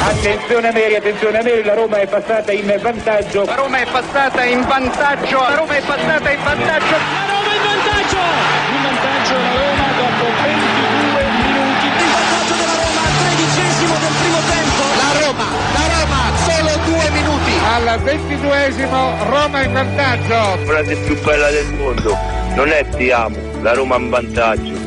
Attenzione a Neri, attenzione a Neri, la Roma è passata in vantaggio. La Roma è passata in vantaggio, la Roma è passata in vantaggio. La Roma in vantaggio! In vantaggio la Roma dopo 22 minuti. Il vantaggio della Roma al tredicesimo del primo tempo. La Roma, la Roma, solo due minuti. Al ventiduesimo Roma in vantaggio. Frase più bella del mondo, non è ti amo, la Roma in vantaggio.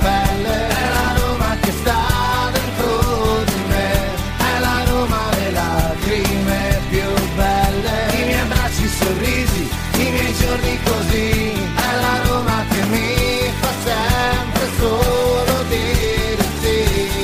pelle, è la Roma che sta sorrisi, i miei giorni così, è la Roma che mi fa sempre solo dire sì.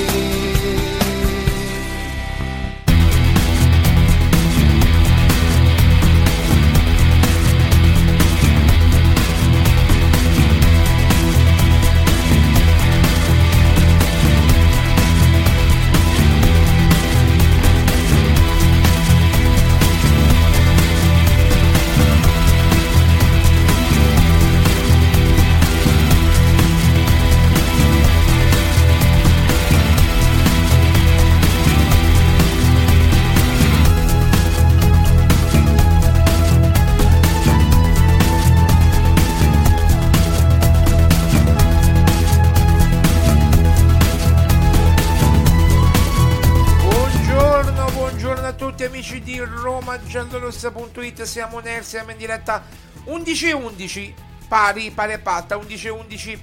giallorossa.it siamo in air, siamo in diretta 11.11 pari, pari a patta 11.11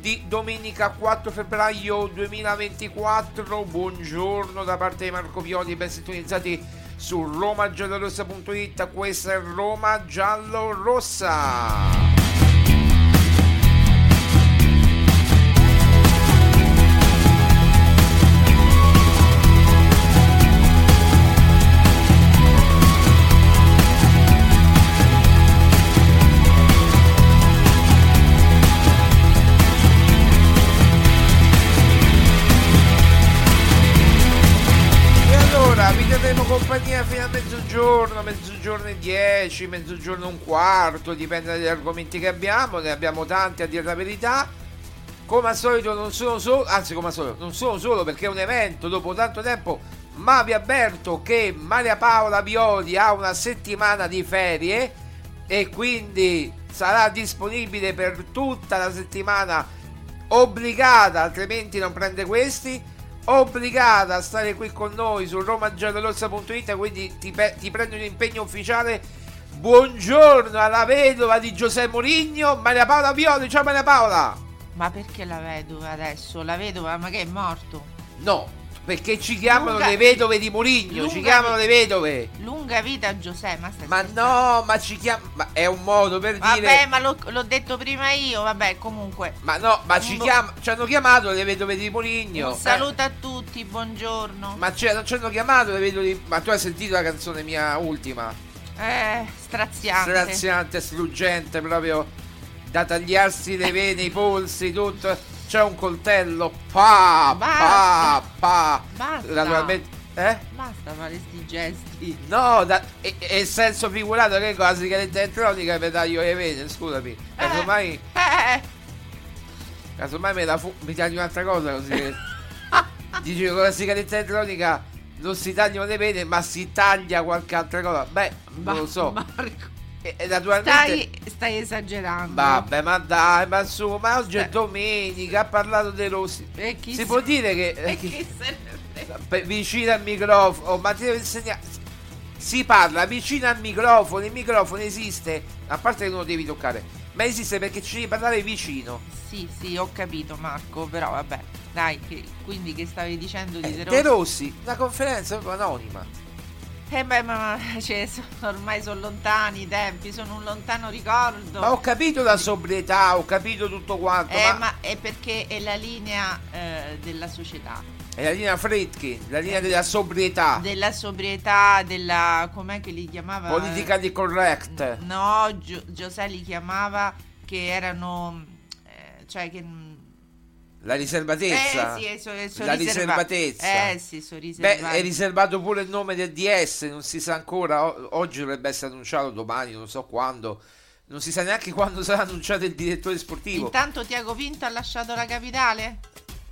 di domenica 4 febbraio 2024 buongiorno da parte di Marco Violi ben sintonizzati su romagiallorossa.it questa è Roma giallorossa compagnia fino a mezzogiorno, mezzogiorno e 10, mezzogiorno e un quarto, dipende dagli argomenti che abbiamo, ne abbiamo tanti a dire la verità. Come al solito non sono solo, anzi come al solito, non sono solo perché è un evento dopo tanto tempo, ma vi avverto che Maria Paola Bioli ha una settimana di ferie e quindi sarà disponibile per tutta la settimana obbligata, altrimenti non prende questi obbligata a stare qui con noi su romagiallorossa.it quindi ti, pe- ti, prendo un impegno ufficiale buongiorno alla vedova di Giuseppe Mourinho Maria Paola Violi ciao Maria Paola ma perché la vedova adesso la vedova ma che è morto no perché ci chiamano lunga, le vedove di Mourinho ci chiamano vita, le vedove lunga vita a Giuseppe ma, ma no ma ci chiamano ma è un modo per vabbè, dire vabbè ma lo, l'ho detto prima io vabbè comunque ma no ma ci, bu- chiam- ci, hanno chiamato le vedove di Mourinho Eh, un saluto eh. a tutti buongiorno ma non ci hanno chiamato le vedove di ma tu hai sentito la canzone mia ultima eh straziante straziante struggente proprio da tagliarsi le vene i polsi tutto c'è un coltello. Pa, Basta. pa, pa. Naturalmente. Eh? Basta fare sti gesti. No, da, è, è senso figurato che con la sigaretta elettronica mi taglio le vene, scusami. Casomai. Eh. Casomai me la fu- mi taglio un'altra cosa così. Dici che con la sigaretta elettronica non si tagliano le vene, ma si taglia qualche altra cosa. Beh, ma, non lo so. Marco. E, e naturalmente... Stai, stai esagerando. Vabbè, ma dai, ma su, ma oggi è Beh. domenica, ha parlato dei rossi. E chi si se- può dire che... E chi se ne frega? Pe- vicino al microfono, ma ti devo insegnare. Si parla vicino al microfono, il microfono esiste, a parte che non lo devi toccare, ma esiste perché ci devi parlare vicino. Sì, sì, ho capito Marco, però vabbè. Dai, che- quindi che stavi dicendo di Eh, De De Rossi? Rossi, una conferenza proprio anonima. Eh beh, ma ma- cioè, sono- ormai sono lontani i tempi, sono un lontano ricordo. Ma ho capito la sobrietà, ho capito tutto quanto, eh, ma... ma... è perché è la linea eh, della società, È la linea Fredkin, la Eh, linea della sobrietà, della sobrietà, della... com'è che li chiamava? politica di correct. No, Gio- Giuseppe li chiamava che erano... eh, cioè che... La riservatezza. Eh sì, so- so la riserva- riservatezza. Eh sì, sono Beh, riservati. è riservato pure il nome del DS, non si sa ancora, o- oggi dovrebbe essere annunciato, domani, non so quando, non si sa neanche quando sarà annunciato il direttore sportivo. Intanto Tiago Pinto ha lasciato la capitale?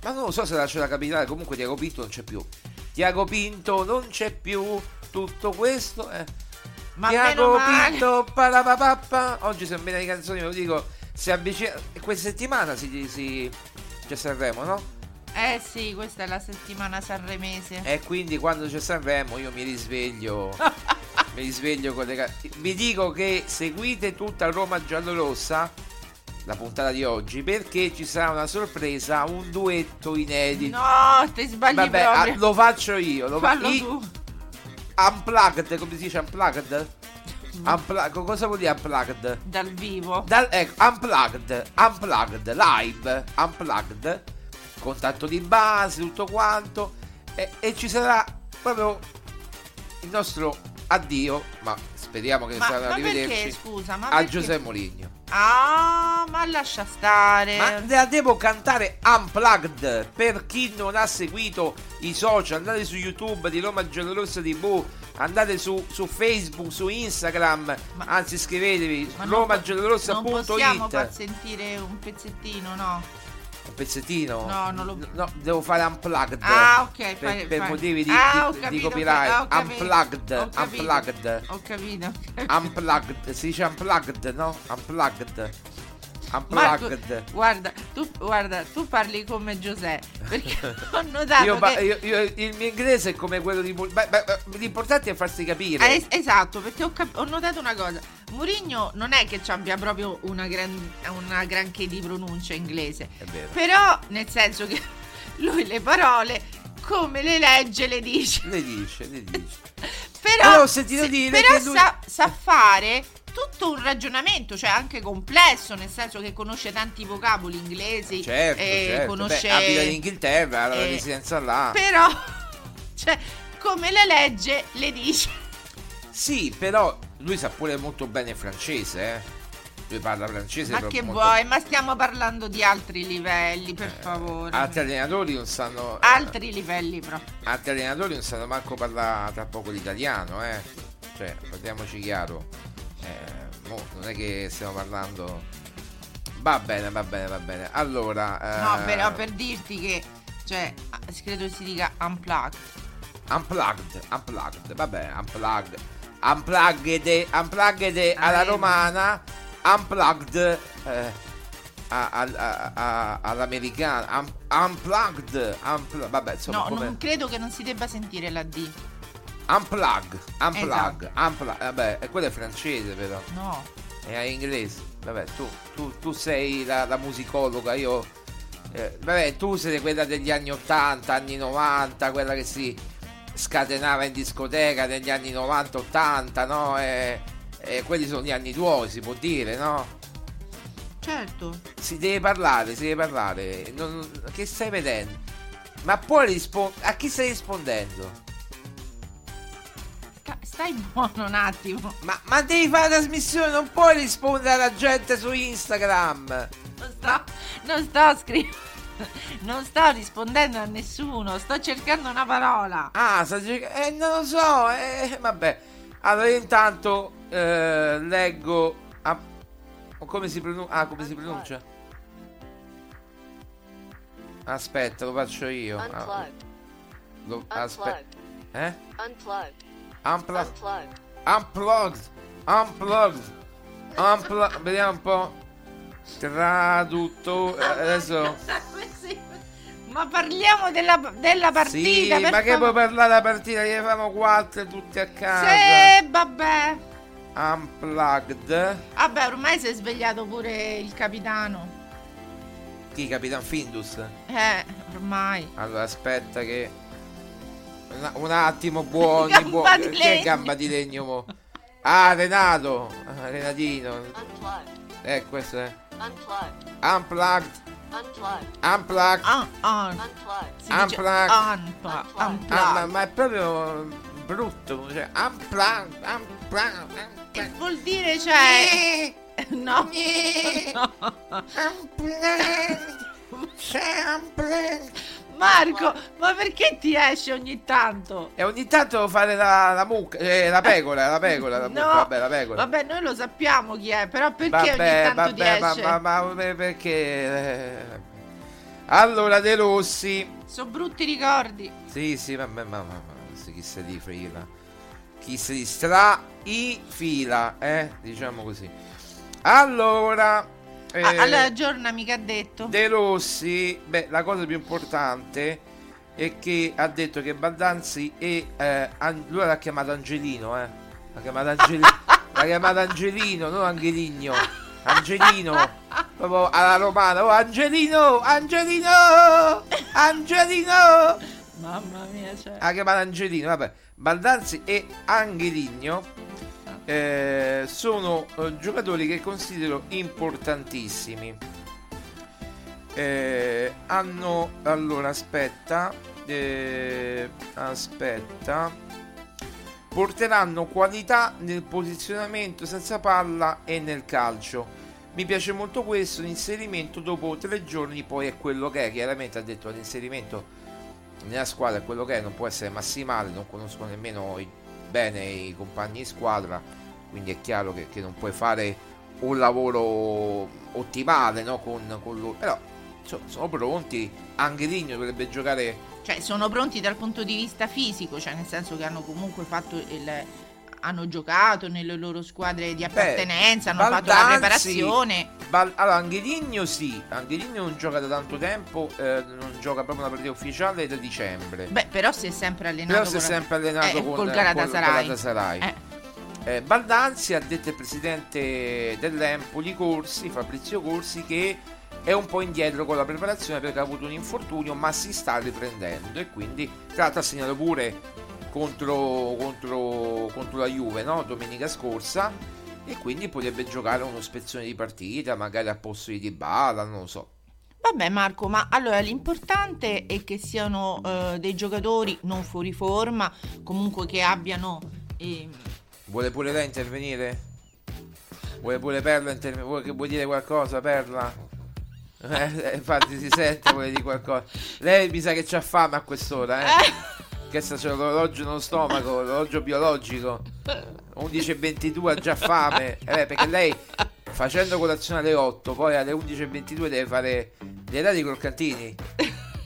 Ma non lo so se lascia la capitale, comunque Tiago Pinto non c'è più. Tiago Pinto non c'è più, tutto questo è... Ma Tiago meno male. Pinto, parapapappa, oggi se bene le canzoni, ve lo dico, si avvicina... Questa settimana si... si... c'è Sanremo, no? Eh sì, questa è la settimana sanremese. E quindi quando c'è Sanremo io mi risveglio. mi risveglio con le ca- Vi dico che seguite tutta Roma giallorossa, la puntata di oggi, perché ci sarà una sorpresa, un duetto inedito. No, ti sbagli Vabbè, ah, proprio. lo faccio io, lo Fallo i- tu. Unplugged, come si dice unplugged? Unplugged, cosa vuol dire unplugged? Dal vivo. Dal- ecco, unplugged, unplugged, live, unplugged, contatto di base, tutto quanto, e, e ci sarà proprio il nostro addio, ma speriamo che Ma- sarà ma arrivederci, perché, scusa, ma a perché? Giuseppe Moligno. Ah, ma lascia stare. Ma la devo cantare unplugged, per chi non ha seguito i social, andate su YouTube di Roma Giallorossa TV, andate su, su Facebook, su Instagram, Ma- anzi iscrivetevi, Ma non po- Non possiamo far romagiallorossa.it. sentire un pezzettino, no? Un pezzettino? No, non lo- No, devo fare unplugged. Ah, ok. Per, fai- per fai- motivi di, Ah, ho di- di capito, copyright. ho capito, ho unplugged. capito, Unplugged. Ho capito. ho capito. Unplugged. Si dice unplugged, no? Unplugged. Marco, Unplugged. guarda tu, guarda, tu parli come Giuseppe, perché ho notato Io, pa- che... io- io- il mio inglese è come quello di. Mul- beh, beh, beh, l'importante è farsi capire. Eh, es- esatto, perché ho, cap- ho notato una cosa. Murigno non è che ci abbia proprio una, gran- una granché di pronuncia inglese. È vero. Però, nel senso che lui le parole, come le legge, le dice. Le dice, le dice. Però, Allora, ho sentito dire però che lui- sa, sa fare tutto un ragionamento, cioè anche complesso, nel senso che conosce tanti vocaboli inglesi. Certo, e certo. conosce... Beh, abita in Inghilterra, ha la eh, residenza là. Però, cioè, come le legge, le dice. Sì, però lui sa pure molto bene il francese, eh. Lui parla francese Ma proprio che molto vuoi? Ma stiamo parlando di altri livelli, per favore. Altri allenatori non sanno. eh. Altri livelli, però. altri allenatori non sanno manco parlare tra poco l'italiano, eh. Cioè, parliamoci chiaro. Eh, mo, non è che stiamo parlando. Va bene, va bene, va bene. Allora. No, eh, però per dirti che, cioè, ah, credo si dica unplugged. Unplugged, unplugged, vabbè, unplugged. Unplugged, unplugged alla Ah, eh. romana, unplugged eh, a- al- a- a- all'americana, un- unplugged, unpl- vabbè, insomma, No, come... non credo che non si debba sentire la D. Unplug, unplug, Esatto. unplug. Vabbè, e quello è francese però, No. è inglese. Vabbè, tu, tu- tu sei la, la musicologa, io... eh, vabbè, tu sei quella degli anni 80, anni 90, quella che si scatenava in discoteca negli anni 90-80, no? E, e quelli sono gli anni tuoi, si può dire, no? Certo. Si deve parlare, si deve parlare. Non- che stai vedendo? Ma puoi rispondere... A chi stai rispondendo? Sta- Stai buono un attimo. Ma, ma devi fare la trasmissione, non puoi rispondere alla gente su Instagram. Non sto, non sto scrivendo. Non sto rispondendo a nessuno. Sto cercando una parola. Ah, sta cercando... Eh, non lo so, eh, vabbè. Allora, io intanto eh, leggo... ah, come si pronuncia? Ah, come si pronuncia? Aspetta, lo faccio io. Ah, Unplugged. lo- aspe- Unplugged. eh? Unplugged. Unplugged. Unplugged. Unplugged. Unplugged. Ampla- vediamo un po'. Traduttore. eh, Adesso. Ma parliamo della, della Sì, partita. per ma che favore. puoi parlare la partita? Gli fanno quattro tutti a casa. Sì, vabbè. Unplugged. Vabbè, ormai si è svegliato pure il capitano. Chi, Capitan Findus? Eh, ormai. Allora, aspetta che... Un, un attimo, buoni, Gamba buoni. di Che legno. gamba di legno, mo? Ah, Renato! Ah, Renatino. Eh, questo è... Unplugged. Unplugged. Ah, ah. Si dice Unplugged. Unplugged. Unplugged. Ah, ma, ma è proprio brutto. Cioè, unplugged, unplugged, Che unplugged. vuol dire, cioè... No. no. Unplugged. C'è unplugged. Marco, ma perché ti esce ogni tanto? E ogni tanto fare la, la mucca, eh, la pecora, la pecora, la mucca, vabbè, la pecora. vabbè, noi lo sappiamo chi è, però perché Vabbè, ogni tanto ti vabbè, ma, esce? ma, ma- ma- perché... eh. Allora, De Rossi. Sono brutti ricordi. Sì, sì, vabbè, ma, ma, ma sì, chi se li frega. Chi se li stra i fila, eh, diciamo così. Allora... eh, Ah, allora, Giorna mica ha detto. De Rossi, beh, la cosa più importante è che ha detto che Baldanzi e eh, An- lui l'ha chiamato Angelino, eh. L'ha chiamato Angelino, l'ha chiamato Angelino, non Angeligno. Angelino, proprio alla romana. Oh, Angelino, Angelino, Angelino. Mamma mia, cioè... Ha chiamato Angelino, vabbè. Baldanzi e Angeligno eh, sono eh, giocatori che considero importantissimi. Eh, hanno allora aspetta eh, aspetta porteranno qualità nel posizionamento senza palla e nel calcio mi piace molto questo l'inserimento dopo tre giorni poi è quello che è chiaramente ha detto l'inserimento nella squadra è quello che è non può essere massimale non conosco nemmeno i- bene i compagni di squadra quindi è chiaro che, che non puoi fare un lavoro ottimale no? con, con loro però insomma, sono pronti Angeligno dovrebbe giocare Cioè, sono pronti dal punto di vista fisico, cioè nel senso che hanno comunque fatto il. hanno giocato nelle loro squadre di appartenenza, hanno fatto la Baldanzi- preparazione. Bal- allora Angeligno sì Angeligno non gioca da tanto tempo eh, non gioca proprio una partita ufficiale da dicembre Beh, però si è sempre allenato. però si è con- sempre allenato eh, con col col Galatasaray. Galatasaray. Eh, Eh, Baldanzi ha detto il presidente dell'Empoli Corsi, Fabrizio Corsi, che è un po' indietro con la preparazione perché ha avuto un infortunio, ma si sta riprendendo e quindi tra l'altro ha segnato pure contro, contro- contro la Juve no? domenica scorsa e quindi potrebbe giocare uno spezzone di partita, magari a posto di Dybala, non lo so. Vabbè Marco, ma allora l'importante è che siano eh, dei giocatori non fuori forma, comunque che abbiano... eh, Vuole pure lei intervenire? Vuole pure Perla intervenire? Vuoi, che- vuoi dire qualcosa, Perla? Eh, eh, infatti si sente, vuole dire qualcosa. Lei mi sa che c'ha fame a quest'ora, eh? Che sta c'è l'orologio nello stomaco, l'orologio biologico. 11.22 ha già fame. Eh, beh, perché lei facendo colazione alle 8, poi alle 11.22 deve fare dei dati croccantini.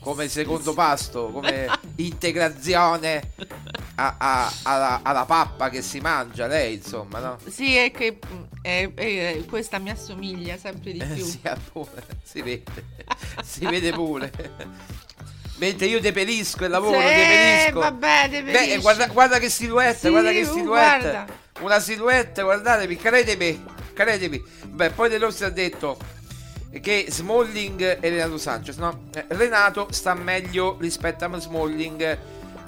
Come secondo pasto, come integrazione a- a- alla, alla pappa che si mangia lei, insomma, no? sì, è che mm, eh, eh, questa mi assomiglia sempre di Eh, più. sì, appunto, si vede, si vede pure. Mentre io depelisco il lavoro, Sì, depelisco. vabbè, Beh, depelisci. e guarda, guarda che silhouette, Sì, guarda che uh, silhouette. guarda. Una silhouette, guardatemi, credimi, credimi. Beh, poi De Rossi ha detto che Smalling e Renato Sanchez, no? Eh, Renato sta meglio rispetto a Smalling.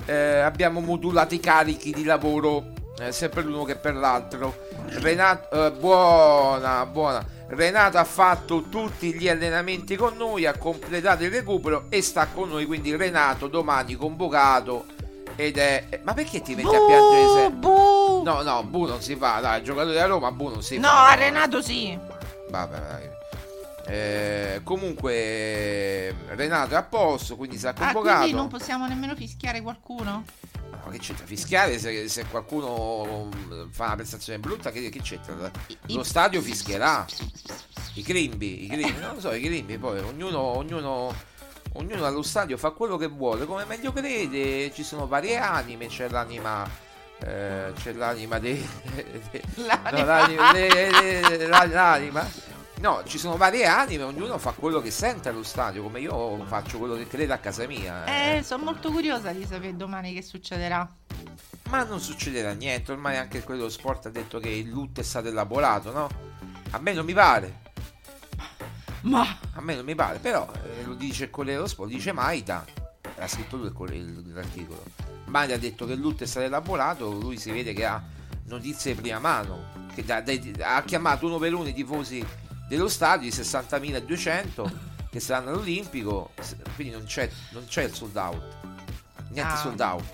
eh, abbiamo modulato i carichi di lavoro eh, sia per l'uno che per l'altro. Renato, eh, buona, buona. Renato ha fatto tutti gli allenamenti con noi, ha completato il recupero e sta con noi. Quindi Renato domani convocato ed è... eh, Ma perché ti metti a piangere? se- Buh, buh. No, no, Bu non si fa, dai, giocatore della Roma, Bu non si No, fa. a Renato sì. Vabbè, dai. Eh, comunque Renato è a posto, quindi si è Ah, convocato. quindi non possiamo nemmeno fischiare qualcuno? Ma che c'entra? Fischiare se, se qualcuno mm, fa una prestazione brutta, che, che c'entra? Lo i- stadio fischierà. I crimbi, i crimbi, non lo so, i crimbi, poi ognuno, ognuno, ognuno allo stadio fa quello che vuole, come meglio crede, ci sono varie anime, c'è l'anima eh, c'è l'anima dei... L'anima. No, l'anima, le- le- la- l'anima. No, ci sono varie anime, ognuno fa quello che sente allo stadio, come io faccio quello che credo a casa mia. Eh, sono molto curiosa di sapere domani che succederà. Ma non succederà niente, ormai anche quello dello sport ha detto che il lutto è stato elaborato, no? A me non mi pare, Ma a me non mi pare, però eh, lo dice il Corriere dello Sport, dice Maita, l'ha scritto lui il Corriere- il- l'articolo. Maita ha detto che il lutto è stato elaborato, lui si vede che ha notizie di prima mano, che da- dai- ha chiamato uno per uno i tifosi dello stadio, i 60.200 che saranno all'Olimpico, s- quindi non c'è, non c'è il sold out, niente Ah. sold out,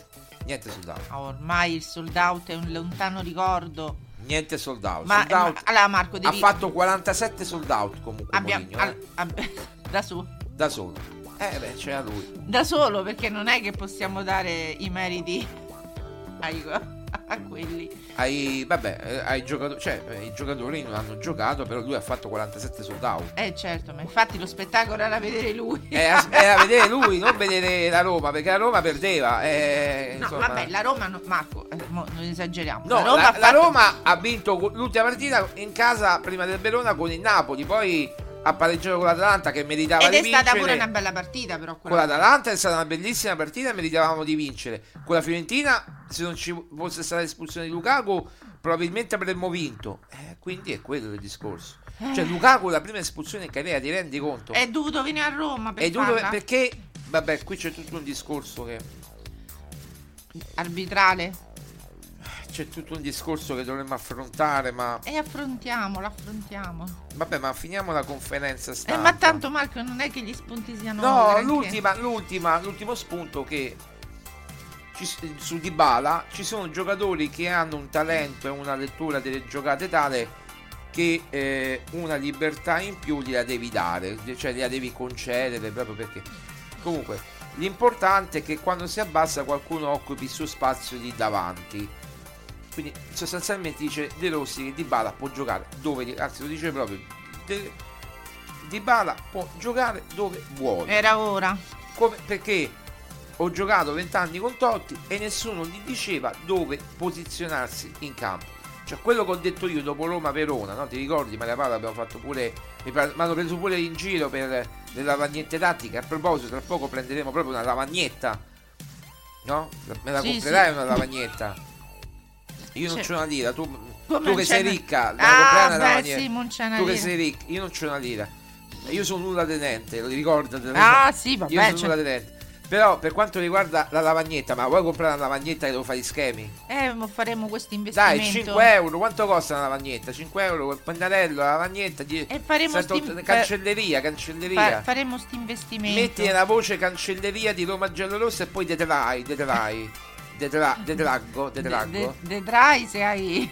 niente sold out, ah, ormai il sold out è un lontano ricordo. niente sold out. Ma, sold out. ma- allora Marco devi Ha fatto 47 sold out comunque abbia- Mourinho, al- eh, ab- da, su- da solo. Eh beh, c'era lui. da solo perché non è che possiamo dare i meriti ai- a quelli. Ai, vabbè, eh, ai giocatori, cioè eh, i giocatori non hanno giocato, però lui ha fatto 47 sold out. Eh certo, ma infatti lo spettacolo era vedere lui. Eh, as- Era vedere lui, non vedere la Roma, perché la Roma perdeva. eh, No, insomma. vabbè, la Roma, no- Marco, eh, mo non esageriamo. No, la, la Roma, ha la fatto- Roma ha vinto co- l'ultima partita in casa prima del Verona con il Napoli, poi ha pareggiato con l'Atalanta che meritava Ed di è vincere. stata pure una bella partita, però. con Quella... l'Atalanta è stata una bellissima partita e meritavamo di vincere. Con la Fiorentina, se non ci fosse stata l'espulsione di Lukaku, probabilmente avremmo vinto. Eh, quindi è quello il discorso. Eh. Cioè, Lukaku, la prima espulsione in carriera, ti rendi conto? È dovuto venire a Roma Eh, per È dovuto farla? perché, vabbè, qui c'è tutto un discorso che. arbitrale. C'è tutto un discorso che dovremmo affrontare, ma E affrontiamolo, affrontiamo. vabbè, ma finiamo la conferenza Eh, stampa. ma tanto Marco non è che gli spunti siano No, granché. l'ultima, l'ultima, l'ultimo spunto che ci s- su Dybala ci sono giocatori che hanno un talento e una lettura delle giocate tale che eh, una libertà in più gliela devi dare, cioè gliela devi concedere proprio perché comunque l'importante è che quando si abbassa qualcuno occupi il suo spazio lì davanti. Quindi sostanzialmente dice De Rossi che Dybala può giocare dove anzi lo dice proprio De- Dybala può giocare dove vuole. Era ora. Come- perché ho giocato 20 anni con Totti e nessuno gli diceva dove posizionarsi in campo. Cioè, quello che ho detto io dopo Roma-Verona, no? ti ricordi? Maria Paola abbiamo fatto pure. Mi par- mi hanno preso pure in giro per le lavagnette tattiche. A proposito, tra poco prenderemo proprio una lavagnetta, no? Me la Sì, comprerai sì. una lavagnetta? Io non Sì. c'ho una lira, tu, Come tu non che c'è sei una- ricca, la Ah, comprerai una beh, lavagnetta. sì, non c'è una tu che lira. sei ricca, io non c'ho una lira. Io sono nulla tenente, lo ricordate? Ah, sì, vabbè, Io sono cioè- nulla tenente. Però per quanto riguarda la lavagnetta, ma vuoi comprare una lavagnetta che devo fare gli schemi? Eh, mo faremo questo investimento. Dai, 5 euro, quanto costa una lavagnetta? 5 euro, il pennarello, la lavagnetta, die- E faremo sento- sti- cancelleria, cancelleria. Fa- faremo sto investimento. Metti la voce cancelleria di Roma Giallorossa e poi detrai, detrai. Detra, detraggo, De- detraggo, de- Vedrai se hai...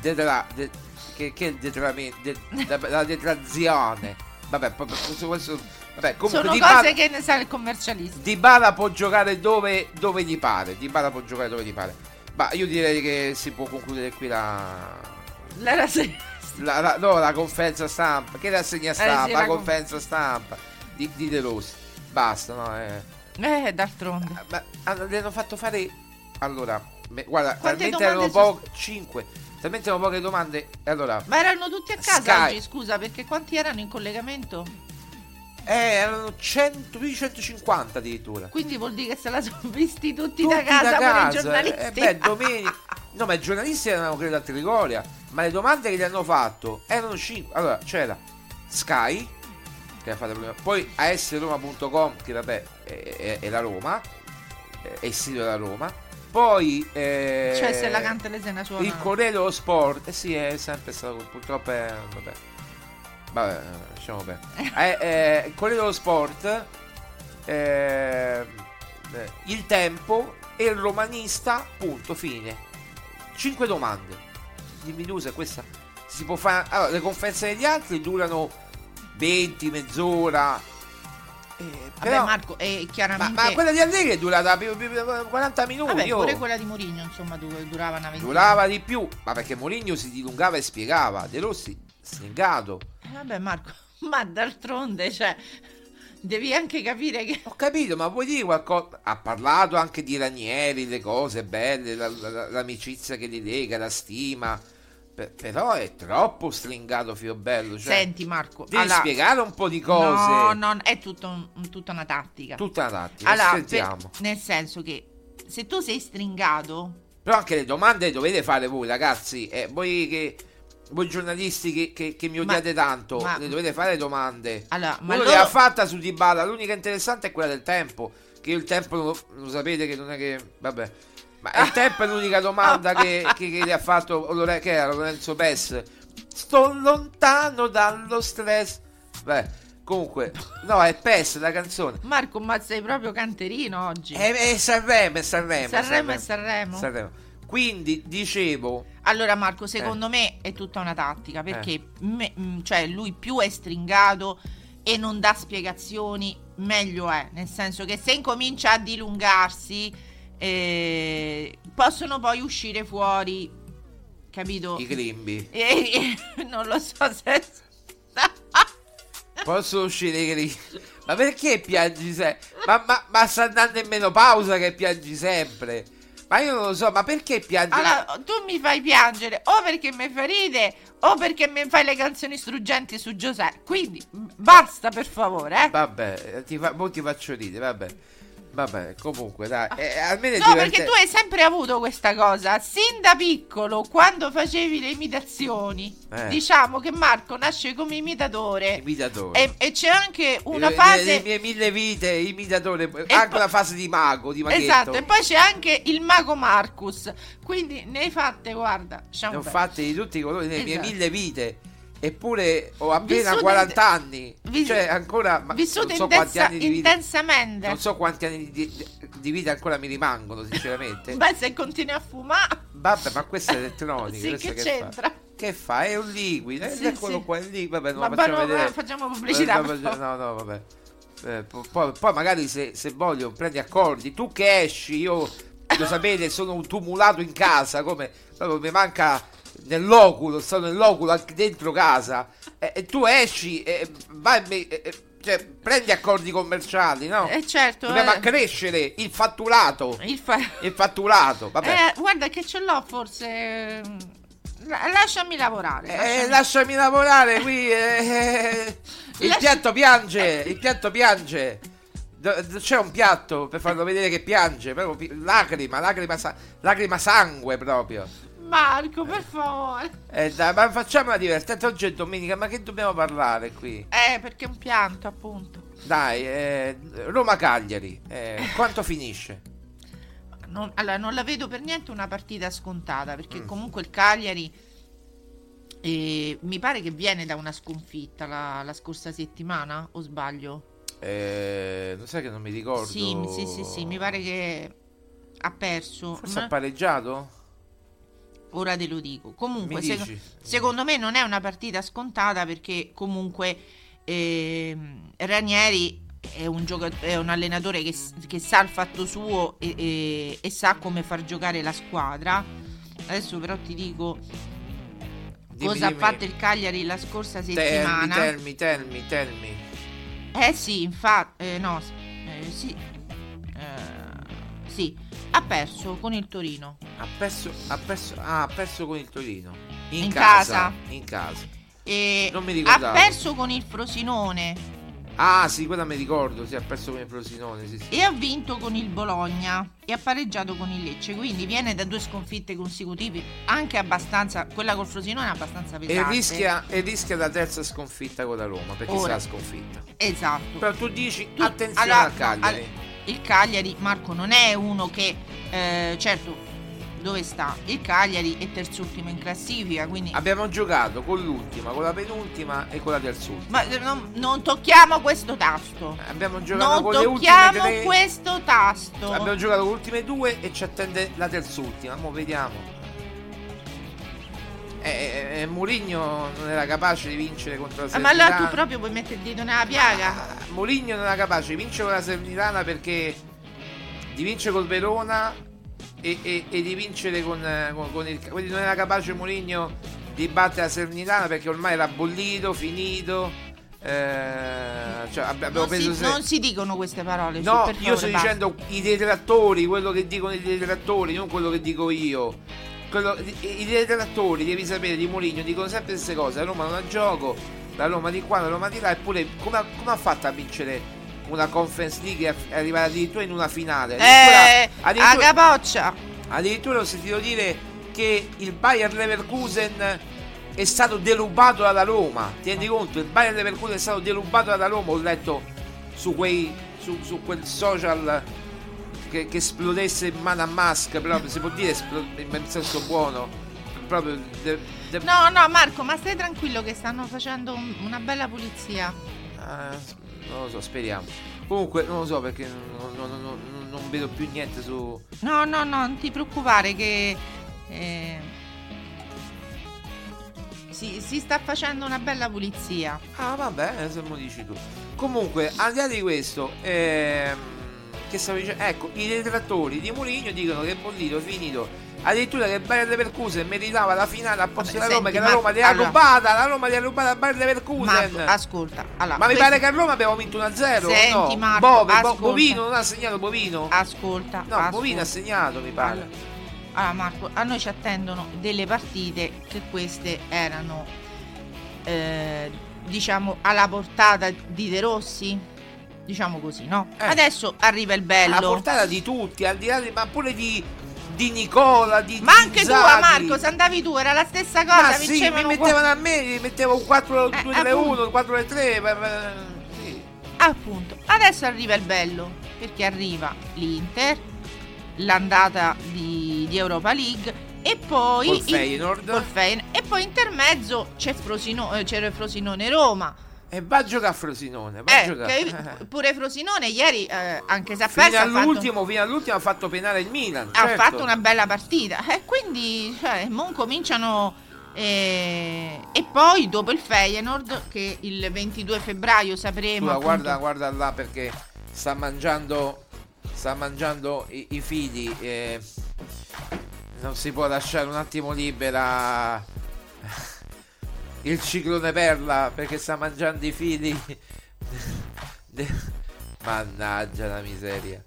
detra, de- che, che è il detramento, de- la, la detrazione. Vabbè, proprio- questo, questo- vabbè, comunque Sono di cose base- che ne sa il commercialista. Dybala può giocare dove, dove gli pare. Dybala può giocare dove gli pare. Ma io direi che si può concludere qui la. La rase- la, la- no, la conferenza stampa. Che rassegna stampa? Eh sì, la la con- conferenza stampa di, di De Rossi. Basta, no? eh. Eh, d'altronde. Ma hanno- le hanno fatto fare. Allora, me- guarda, talmente Quante domande erano sono- poche. 5. Talmente erano poche domande. e Allora, Ma erano tutti a casa Sky. oggi, scusa, perché quanti erano in collegamento? eh, erano 100, più di 150 addirittura. Quindi vuol dire che se la sono visti tutti, Tutti da casa, pure i casa. giornalisti. Eh beh, domenica. No, ma i giornalisti erano credo a Trigoria. Ma le domande che gli hanno fatto erano 5. Allora, c'era Sky, che l'ha fatta prima, poi asroma.com, che vabbè è, è- è la Roma, eh, è il sito della Roma. Poi. eh, Cioè, se la canta le se ne suona. Il Corriere dello Sport. Eh sì, è sempre stato. Purtroppo è. Vabbè. Vabbè, eh, lasciamo perdere. Eh, eh, il Corriere dello Sport. eh, eh, il tempo e il romanista. Punto. Fine. Cinque domande. Dimmi tu se questa si può fare. Allora, le conferenze degli altri durano 20, mezz'ora. Eh, Vabbè, però- Marco, eh, ma, chiaramente. ma quella di Allegri è durata più- più- più- 40 minuti. Vabbè, oh. pure quella di Mourinho, insomma, du- durava una ventina. Durava di più, ma perché Mourinho si dilungava e spiegava, De Rossi stringato. Eh, Vabbè, Marco, ma d'altronde, cioè. devi anche capire che Ho capito, ma vuoi dire qualcosa? Ha parlato anche di Ranieri, le cose belle, la- la- l'amicizia che li lega, la stima. Pe- però è troppo stringato Fiobello. Cioè, Senti Marco, devi allora- spiegare un po' di cose. No, no, è tutto un- tutta una tattica. Tutta la tattica, allora, sentiamo. per- nel senso che se tu sei stringato, Però anche le domande le dovete fare voi, ragazzi. Eh, voi che. Voi giornalisti che, che- che mi Ma- odiate tanto, ma- le dovete fare domande. Allora, ma Uno loro- le ha fatta su Dybala, l'unica interessante è quella del tempo. Che io il tempo lo, lo sapete che non è che. Vabbè. Ma il tempo è l'unica domanda che, che, che le ha fatto Lore- che era Lorenzo Pes. Sto lontano dallo stress. Beh, comunque. No, è Pes la canzone. Marco, ma sei proprio canterino oggi. È, è Sanremo, è Sanremo. Sanremo è Sanremo. Sanremo. Quindi dicevo. Allora Marco, secondo me è tutta una tattica perché Eh. me- mh, cioè, lui più è stringato e non dà spiegazioni, meglio è, nel senso che se incomincia a dilungarsi eh, possono poi uscire fuori, capito? I grimbi. E- e- non lo so se... Posso uscire i grimbi? Ma perché piangi sempre? Ma, ma- ma sta andando in menopausa che piangi sempre? Ma io non lo so, ma perché piangi? Allora, tu mi fai piangere o perché mi fai ridere o perché mi fai le canzoni struggenti su Giuseppe. Quindi mh, basta per favore, eh. Vabbè, eh, ti, fa- mo ti faccio ridere, vabbè. Vabbè, comunque, dai. eh, almeno è Ah. No, divertente. perché tu hai sempre avuto questa cosa. Sin da piccolo, quando facevi le imitazioni, Eh. diciamo che Marco nasce come imitatore. Imitatore. E, e c'è anche una Eh, Le, le fase. mie mille vite, imitatore. E anche poi- la fase di mago, di maghetto. Esatto, e poi c'è anche il mago Marcus. Quindi ne hai fatte, guarda. c'è Ne ho un pezzo. fatte di tutti i colori, le mie Esatto. mille vite. Eppure ho appena Vissute 40 in- anni. Vis- cioè, ancora. Ma non Vissute so quanti intensa- anni di vita. intensamente. Non so quanti anni di, di- di vita ancora mi rimangono, sinceramente. Beh, se continui a fumare. Vabbè, ma questa è elettronica. Sì, questa che che c'entra? Fa? Che fa? È un liquido. eh, Sì, eccolo sì. qua, è liquido. Vabbè, non la Vabbè, facciamo no, vedere. eh, facciamo pubblicità, Eh, per vabbè, favore. No, no, vabbè. Eh, po- poi, poi magari se, se voglio prendi accordi. Tu che esci, io lo sapete, sono un tumulato in casa. Come proprio mi manca nell'oculo, sto nell'oculo anche dentro casa. E, e tu esci e vai. e mi- e- e- cioè, prendi accordi commerciali, no? Eh, certo, Dobbiamo eh. crescere il fatturato. Il fa- Il fatturato, vabbè. Eh, guarda che ce l'ho forse. La- Lasciami lavorare. Eh, lasciami- lasciami lavorare qui. eh. Il Lascia- piatto piange. Il piatto piange. Do- do- C'è un piatto per farlo vedere che piange. Proprio pi- lacrima, lacrima, sa- lacrima sangue proprio. Marco, per favore. Eh, dai, ma facciamola divertente. Oggi è domenica, ma che dobbiamo parlare qui? Eh, perché è un pianto, appunto. Dai, eh, Roma-Cagliari. eh, quanto finisce? Non- allora, non la vedo per niente una partita scontata, Mm. perché comunque il Cagliari. eh, mi pare che viene da una sconfitta la, la scorsa settimana, o sbaglio? Eh, non sai che non mi ricordo. Sì, mi- sì, sì, sì, mi pare che ha perso. Mm. Forse ma- ha pareggiato? Ora te lo dico. Comunque, Mi seco- dici? secondo me non è una partita scontata perché comunque ehm, Ranieri è un, gioca- è un allenatore che, s- che sa il fatto suo e, e- e sa come far giocare la squadra. Adesso però ti dico Dimmi, cosa dimmi. ha fatto il Cagliari la scorsa Termi, settimana. termi, termi, termi. Eh sì, infatti, no, s- eh, sì, Eh, sì, ha perso con il Torino. Ha perso, ha perso, ah, ha perso con il Torino. In, In casa, casa. In casa. E Non mi ha ricordavo. perso con il Frosinone. Ah, sì, quella mi ricordo. Si ha perso con il Frosinone. Sì, sì. e ha vinto con il Bologna e ha pareggiato con il Lecce, quindi viene da due sconfitte consecutive, anche abbastanza, quella col Frosinone è abbastanza E, pesante. rischia, e rischia la terza sconfitta con la Roma. Perché Esatto. Ora. sarà sconfitta. Esatto. Però tu dici Tu- attenzione allora, al Cagliari. al- il Cagliari, Marco, non è uno che, eh, certo, dove sta? Il Cagliari è terzultimo in classifica, quindi... Abbiamo giocato con l'ultima, con la penultima e con la terz'ultima. Ma eh, non, non tocchiamo questo tasto. Abbiamo giocato Non con le ultime tocchiamo tre. questo tasto. Abbiamo giocato con le ultime due e ci attende la terz'ultima. Mo' vediamo. Eh, eh, Mourinho non era capace di vincere contro la Ah, ma allora tu Salernitana. proprio puoi mettere il dito nella Ah, piaga? Moligno non era capace di vincere con la Salernitana perché di vincere col Verona e, e- e di vincere con, eh, con- con il quindi non era capace Moligno di battere la Salernitana perché ormai era bollito, finito Eh, cioè, abbi- abbiamo Non preso si, se- non si dicono queste parole. su, No, per io favore, sto basta. dicendo i detrattori, quello che dicono i detrattori, non quello che dico io. Quello- I i detrattori, devi sapere, di Mourinho dicono sempre le stesse cose. La Roma non ha gioco, la Roma di qua, la Roma di là. Eppure, come ha, come ha fatto a vincere una Conference League e a- e arrivare addirittura in una finale? Eh, Addirittura- a addirittura- capoccia. Addirittura ho sentito dire che il Bayern Leverkusen è stato derubato dalla Roma. Ti rendi conto? Il Bayern Leverkusen è stato derubato dalla Roma. Ho letto su, quei, su, su quel social che, che esplodesse in mano a Musk. Però si può dire esplo- in senso buono. Proprio de- de- No, no, Marco, ma stai tranquillo che stanno facendo un- una bella pulizia. Ah, non lo so, speriamo. Comunque, non lo so perché non, non- non- non vedo più niente su. No, no, no, non ti preoccupare che... eh, si, si sta facendo una bella pulizia. Ah, vabbè, eh, se me lo dici tu. Comunque, al di là di questo, ehm, che stavo dicendo? Ecco, i detrattori di Mourinho dicono che è bollito, è finito. Addirittura che il Bayern Leverkusen meritava la finale a posto Vabbè, della Roma, senti, che la Marco, Roma li ha allora- rubata, la Roma li ha rubata al Bayern Leverkusen. Marco, ascolta. Allora, eh. Ma mi questo- pare che a Roma abbiamo vinto 1-0. Senti, no? Marco, Bove, Bo- ascolta. Bovino non ha segnato Bovino? Ascolta. no, ascolta. Bovino ha segnato, mi pare. Allora, allora, Marco, a noi ci attendono delle partite che queste erano, eh, diciamo, alla portata di De Rossi, diciamo così, no? Eh. Adesso arriva il Alla bello. portata di tutti, al di là di, ma pure di, di Nicola, di Ma di anche tu, Zaghi. Marco, se andavi tu era la stessa cosa, Ma Ah, sì, mi vincevano mettevano a me, mi mettevo un 4 Eh, 2 3 appunto. 1, 4 3 sì. qua- Appunto, adesso arriva il bello, perché arriva l'Inter, l'andata di, di Europa League e poi... Col il- Feyenoord. col Feyn- E poi intermezzo c'è, Frosino, eh, c'era Frosinone Roma. E va a giocare a Frosinone, va a Eh, giocare. che- pure Frosinone ieri, eh, anche se ha fino perso, ha all'ultimo, fatto, fino all'ultimo ha fatto penare il Milan. ha certo. fatto una bella partita. E quindi, cioè, mon cominciano... eh, e poi dopo il Feyenoord, che il 22 febbraio sapremo... Scusa, appunto- guarda, guarda là perché sta mangiando sta mangiando i, i fili eh, non si può lasciare un attimo libera il ciclone perla perché sta mangiando i fili de- mannaggia la miseria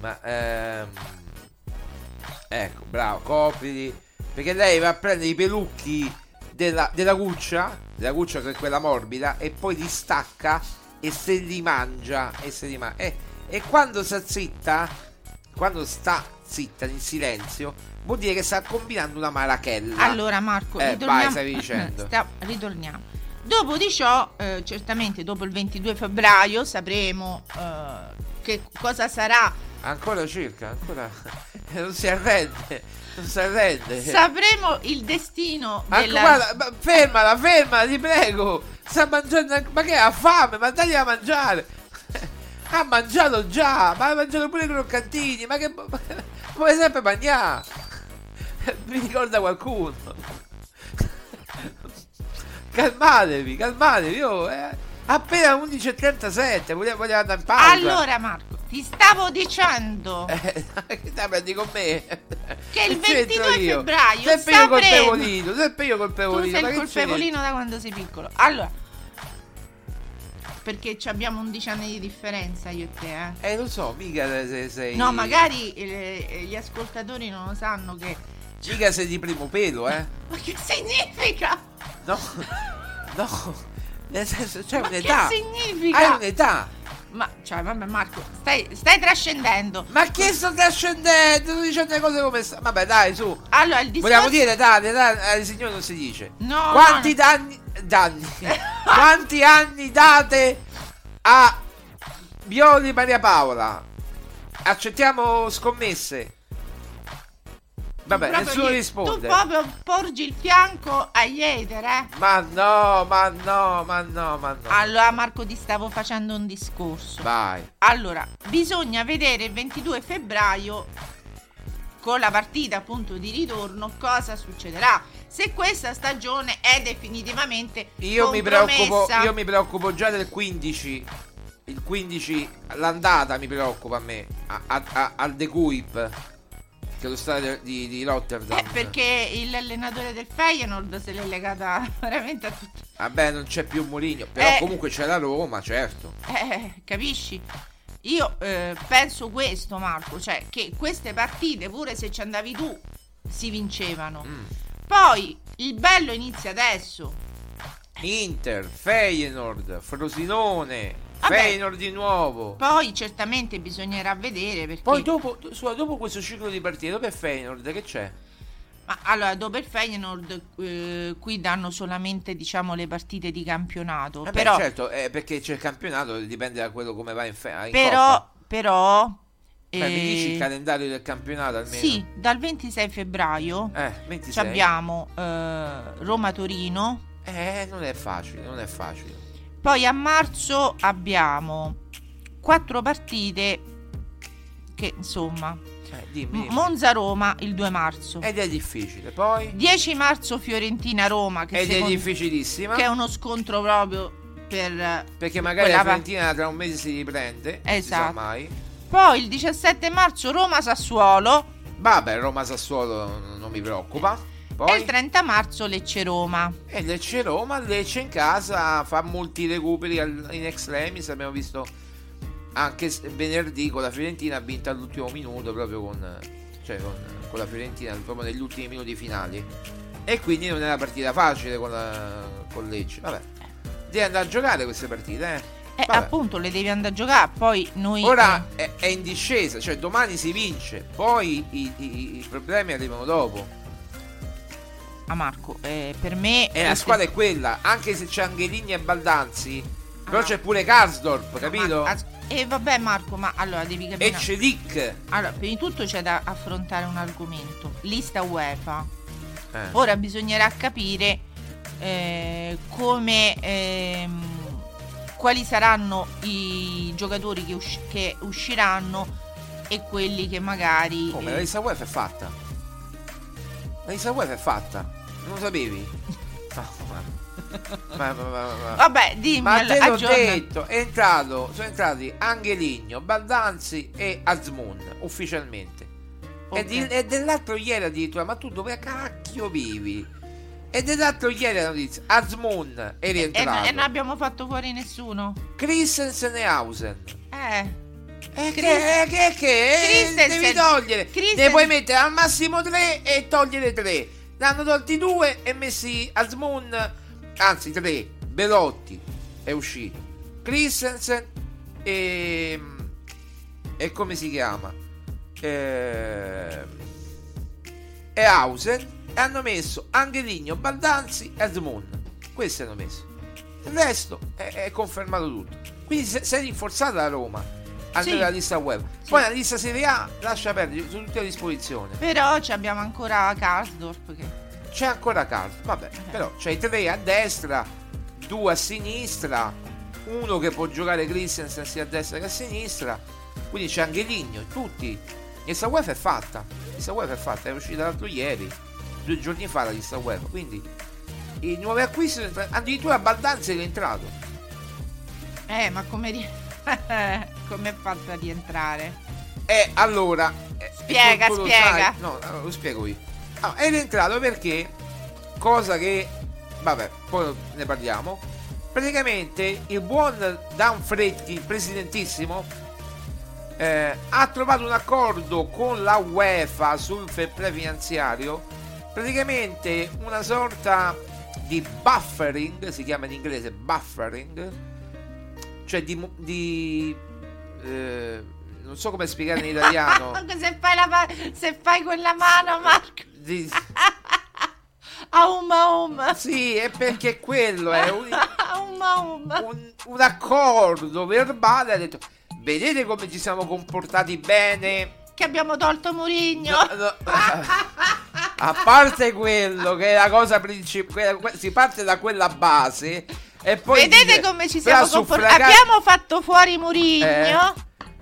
ma ehm, ecco bravo copriti perché lei va a prendere i pelucchi della, della cuccia della cuccia che è quella morbida e poi li stacca e se li mangia e se li mangia e, e quando sta zitta quando sta zitta in silenzio vuol dire che sta combinando una marachella Allora Marco, Eh, vai, ritorniamo... stavi dicendo. Sta- ritorniamo. Dopo di ciò, eh, certamente dopo il 22 febbraio sapremo eh, che cosa sarà ancora circa ancora non si arrende non si arrende Sapremo il destino Ma della... Eh. guarda, ma fermala, fermala, ti prego. Sta mangiando, anche- ma che ha fame? Ma dagli a mangiare. Ha mangiato già, ma ha mangiato pure i croccantini. Ma che bo- ma- vuole sempre mangiare? Mi ricorda qualcuno. Calmatevi, calmatevi. Io, eh, appena 11.37, vogliamo, vogliamo andare in pausa. Allora Marco, ti stavo dicendo Eh, che te la prendi con me? Che il c'entro 22 io? febbraio Sempre io sapremo. colpevolino, sempre io tu colpevolino. sei ma il che c'entro? colpevolino da quando sei piccolo. Allora, perché ci abbiamo 11 anni di differenza io e te, eh. Eh, lo so, mica se sei. No, magari eh, gli ascoltatori non lo sanno che... Mica sei di primo pelo, eh? Ma che significa? No, no. Nel senso, c'è Ma che un'età. significa? Hai un'età. Ma, cioè, vabbè Marco, stai, stai trascendendo. Ma che sto trascendendo? Sto dicendo le cose come. sta- Vabbè, dai, su. Allora, il discorso... Vogliamo dire età, l'età ai signori non si dice. No, Quanti no. Eh. danni. danni. Quanti anni date a Bioli Maria Paola? Accettiamo scommesse. Vabbè, Proprio nessuno gli- risponde. Tu proprio porgi il fianco agli hater, eh. Ma no, ma no, ma no, ma no. Allora Marco ti stavo facendo un discorso. Vai. Allora, bisogna vedere il 22 febbraio con la partita appunto di ritorno cosa succederà. Se questa stagione è definitivamente Io mi, compromessa. preoccupo, io mi preoccupo già del 15. Il 15, l'andata mi preoccupa a me. A, a- a- al The Guip. che è lo stadio di, di Rotterdam. Eh, perché il- l'allenatore del Feyenoord se l'è legata veramente a tutto. Vabbè, non c'è più Mourinho, però Eh. comunque c'è la Roma, certo. Eh, capisci? Io eh, penso questo, Marco, cioè che queste partite, pure se ci andavi tu, si vincevano. Mm. Poi il bello inizia adesso. Inter, Feyenoord, Frosinone, Vabbè. Feyenoord di nuovo. Poi certamente bisognerà vedere perché Poi dopo, scusa, dopo questo ciclo di partite, dopo è Feyenoord, che c'è? Ma allora, dopo il Feyenoord eh, qui danno solamente, diciamo, le partite di campionato, Vabbè, però certo, eh, perché c'è il campionato, dipende da quello come va in, fe- in però Coppa. però Beh, mi eh, dici il calendario del campionato almeno? Sì, dal 26 febbraio Eh, ci 26. abbiamo eh, Roma-Torino. Eh, non è facile, non è facile. Poi a marzo abbiamo quattro partite che insomma Eh, dimmi. M- dimmi. Monza-Roma il 2 marzo. Ed è difficile, poi? 10 marzo Fiorentina-Roma che, Ed è secondo- difficilissima. che è uno scontro proprio per eh, Perché magari quella la pa- Fiorentina tra un mese si riprende. non si sa Esatto. mai. Poi il 17 marzo Roma-Sassuolo Vabbè, Roma Sassuolo non non mi preoccupa. e Poi il 30 marzo Lecce-Roma. e Lecce Roma, oh, Lecce in casa fa molti recuperi al- in extremis. Abbiamo visto anche s- venerdì con la Fiorentina ha vinto all'ultimo minuto proprio con, cioè con, con la Fiorentina proprio negli ultimi minuti finali. E quindi non è una partita facile con, la, con Lecce. Vabbè. Devi andare a giocare queste partite, eh. E Vabbè. appunto le devi andare a giocare, poi noi... eh, Ora è, è in discesa, cioè domani si vince, poi i, i- i problemi arrivano dopo. a Marco, eh, per me... E la squadra è quella, anche se c'è Angelini e Baldanzi, però Ah. c'è pure Karsdorp, capito? E eh, vabbè Marco, ma allora devi capire... E c'è Dick. Allora, prima di tutto c'è da affrontare un argomento, lista UEFA. Eh. Ora bisognerà capire eh, come, ehm, quali saranno i giocatori che, usci- che usciranno e quelli che magari... Come? La eh, lista UEFA è fatta. La lista UEFA è fatta. Non lo sapevi? Ma, ma, ma, ma, ma- ma- Vabbè, dimmi, Ma te allora, l'ho aggiorna. detto, è entrato, sono entrati Angeligno, Baldanzi e Azmoun ufficialmente. E, Ok. di- e dell'altro ieri addirittura, ma tu dove cacchio vivi? E dell'altro ieri la notizia, Azmoun è E, e rientrato. Eh, non abbiamo fatto fuori nessuno. Christensen e Hausen. Eh. E che, Chris- eh, che, che eh, Christensen- devi togliere? Christensen- Ne puoi mettere al massimo tre e togliere tre. Ne hanno tolti due e messi Asmun, anzi tre. Belotti è uscito. Christensen e... e come si chiama? Ehm, E Hausen. E hanno messo Angeligno, Baldanzi e Asmun. Questi hanno messo. Il resto è, è confermato tutto. Quindi se- si è rinforzata la Roma. Almeno Sì. la lista web. Sì. Poi la lista Serie A lascia perdere, sono tutte a disposizione. Però ci abbiamo ancora Karsdorp che... C'è ancora Carl, vabbè, però c'è i tre a destra, due a sinistra, uno che può giocare Christensen sia a destra che a sinistra. Quindi c'è anche Ligno, tutti. Lista web è fatta. Lista web è fatta, è uscita l'altro ieri, due giorni fa la lista web. Quindi i nuovi acquisti sono entrati. Addirittura Baldanzi è rientrato. Eh, ma come... Ri... come è fatto a rientrare? E allora. eh, Spiega, lo spiega. sai- no, allora, lo spiego io. Allora, è rientrato perché. Cosa che. Vabbè, poi ne parliamo. Praticamente il buon Dan Fretti, presidentissimo, eh, ha trovato un accordo con la UEFA sul fair play finanziario. Praticamente una sorta di buffering, si chiama in inglese buffering, cioè di, mo- di, eh, non so come spiegare in italiano se, fai la pa- se fai con la mano, Marco... Di- Aum aum. sì è perché quello è un, Aum aum. un- un accordo verbale ha detto vedete come ci siamo comportati bene Che abbiamo tolto Murigno. No, no. a parte quello che è la cosa principale si parte da quella base e poi Vedete dice, come ci "Però siamo comportati. suffragati- Abbiamo fatto fuori Murigno. Eh,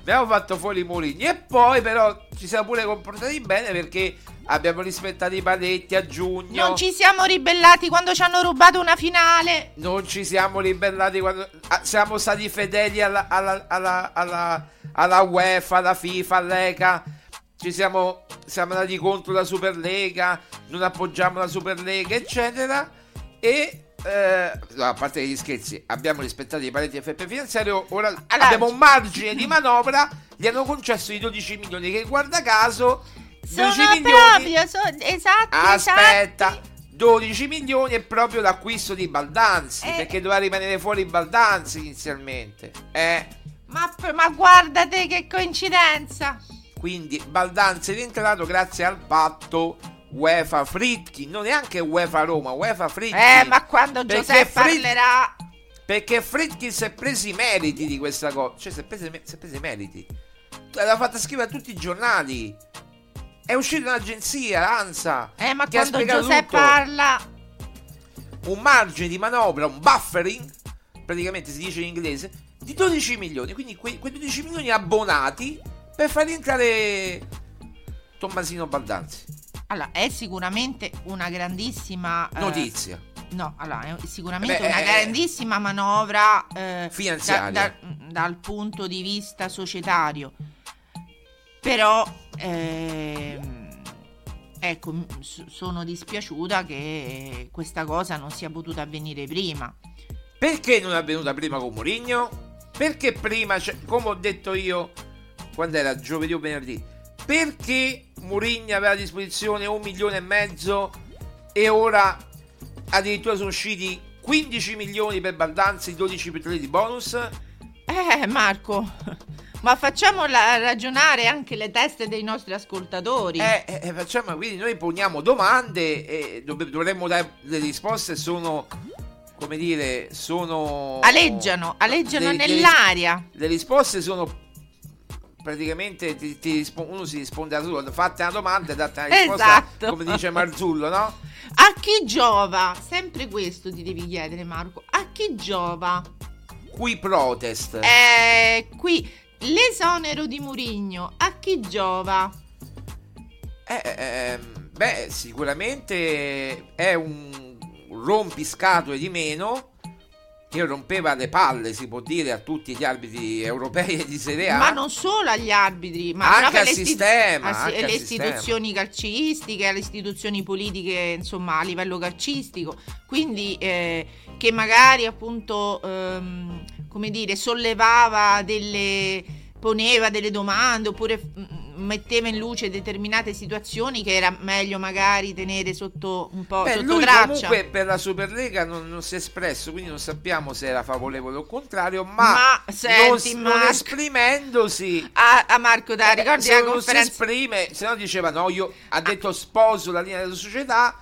abbiamo fatto fuori i mulini e poi però ci siamo pure comportati bene perché abbiamo rispettato i paletti a giugno. Non ci siamo ribellati quando ci hanno rubato una finale. non ci siamo ribellati quando... ah, siamo stati fedeli alla, alla, alla, alla- alla UEFA, alla FIFA, all'ECA. Ci siamo siamo andati contro la Superlega, non appoggiamo la Superlega, eccetera. E eh, no, a parte gli scherzi, abbiamo rispettato i paletti FP finanziario. Ora abbiamo un margine di manovra. Gli hanno concesso i 12 milioni, che guarda caso, 12 Sono milioni. proprio, so- esatto, Aspetta, esatto. 12 milioni è proprio l'acquisto di Baldanzi, Eh. perché doveva rimanere fuori Baldanzi inizialmente. Eh, Ma, ma guarda te che coincidenza! quindi Baldanzi è rientrato grazie al patto UEFA Fritti, non neanche UEFA Roma, UEFA Fritti. Eh, ma quando Perché Giuseppe Fritz- parlerà... Perché Fritkin si è preso i meriti di questa cosa. Cioè, si è preso, i me- si è preso i meriti. L'ha fatta scrivere a tutti i giornali. È uscita un'agenzia, l'ANSA. Eh, ma che ha quando spiegato Giuseppe tutto. parla... Un margine di manovra, un buffering, praticamente si dice in inglese, di 12 milioni. Quindi quei, quei 12 milioni abbonati per far entrare Tommasino Baldanzi. Allora, è sicuramente una grandissima... eh, Notizia. No, allora, è sicuramente Beh, una eh, grandissima manovra eh, Finanziaria. da- da- dal punto di vista societario. Però, ehm, ecco, m- so- sono dispiaciuta che questa cosa non sia potuta avvenire prima. Perché non è avvenuta prima con Mourinho? Perché prima, cioè, come ho detto io, quando era giovedì o venerdì, perché Mourinho aveva a disposizione un milione e mezzo e ora addirittura sono usciti 15 milioni per Baldanzi, 12 per 3 di bonus? Eh, Marco, ma facciamo la- ragionare anche le teste dei nostri ascoltatori. Eh, eh, eh, facciamo, quindi noi poniamo domande e dov- dovremmo dare le risposte sono, come dire, sono... aleggiano, aleggiano le- le- nell'aria. Le risposte sono praticamente ti- ti rispo- uno si risponde da solo, fate una domanda e date una risposta, Esatto. come dice Marzullo, no? A chi giova? Sempre questo ti devi chiedere, Marco. A chi giova? Qui protest. Eh, qui l'esonero di Murigno. A chi giova? Eh, ehm, beh, sicuramente è un rompiscatole di meno che rompeva le palle, si può dire, a tutti gli arbitri europei e di Serie A. Ma non solo agli arbitri, ma Anche proprio al alle isti- sistema, a- anche alle al istituzioni calcistiche, alle istituzioni politiche, insomma, a livello calcistico. Quindi eh, che magari appunto, ehm, come dire, sollevava delle poneva delle domande oppure mm, metteva in luce determinate situazioni che era meglio magari tenere sotto un po' Beh, sotto lui traccia. comunque per la Superlega non, non si è espresso, quindi non sappiamo se era favorevole o contrario, ma, Ma, senti, non, non Marco. esprimendosi a, a Marco da Eh, ricordi se la Ah. non si conferenza esprime, se no diceva no, io ha detto sposo la linea della società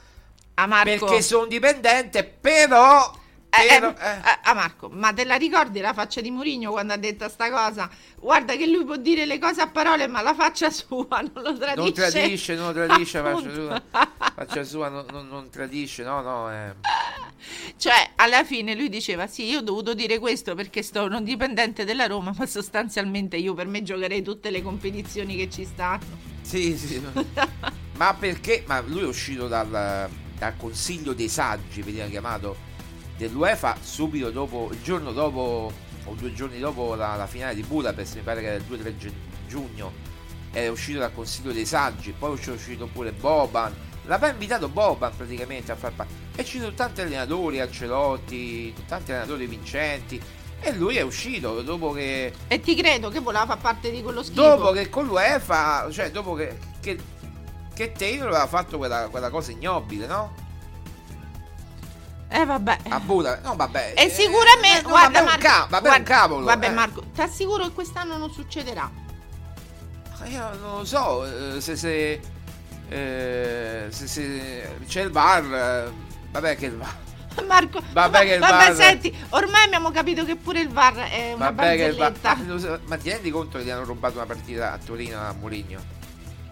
a Marco perché sono dipendente, però... Eh, però- eh, eh. eh, ah, Marco, ma te la ricordi la faccia di Mourinho quando ha detto sta cosa? Guarda che lui può dire le cose a parole, ma la faccia sua non lo tradisce. Non tradisce, non tradisce, faccia Appunto. sua, faccia sua non, non- non tradisce, no, no. eh. Cioè, alla fine lui diceva sì, io ho dovuto dire questo perché sono dipendente della Roma, ma sostanzialmente io per me giocherei tutte le competizioni che ci stanno. Sì, sì. ma perché? Ma lui è uscito dal, dal consiglio dei saggi, veniva chiamato, dell'UEFA subito dopo, il giorno dopo, o due giorni dopo la, la finale di Budapest, mi pare che era il 2-3 gi- giugno, era uscito dal consiglio dei saggi, poi c'è uscito pure Boban, l'aveva invitato Boban praticamente a far parte, e ci sono tanti allenatori, Ancelotti, tanti allenatori vincenti, e lui è uscito dopo che... E ti credo che voleva far parte di quello schifo. Dopo che con l'UEFA, cioè dopo che, che, che Taylor aveva fatto quella, quella cosa ignobile, no? Eh vabbè. A Buda, no vabbè. E eh, sicuramente, eh, no, guarda vabbè, Marco, un ca- vabbè, un guarda- cavolo. Vabbè eh. Marco, ti assicuro che quest'anno non succederà. Io non lo so eh, se, se, eh, se, se c'è il bar, eh, vabbè che il bar. Marco, Vabbè vabbè, che il vabbè, VAR- senti, ormai abbiamo capito che pure il VAR è una Vabbè che il bar. barzelletta. Ma, lo so- ma ti rendi conto che gli hanno rubato una partita a Torino a Mourinho?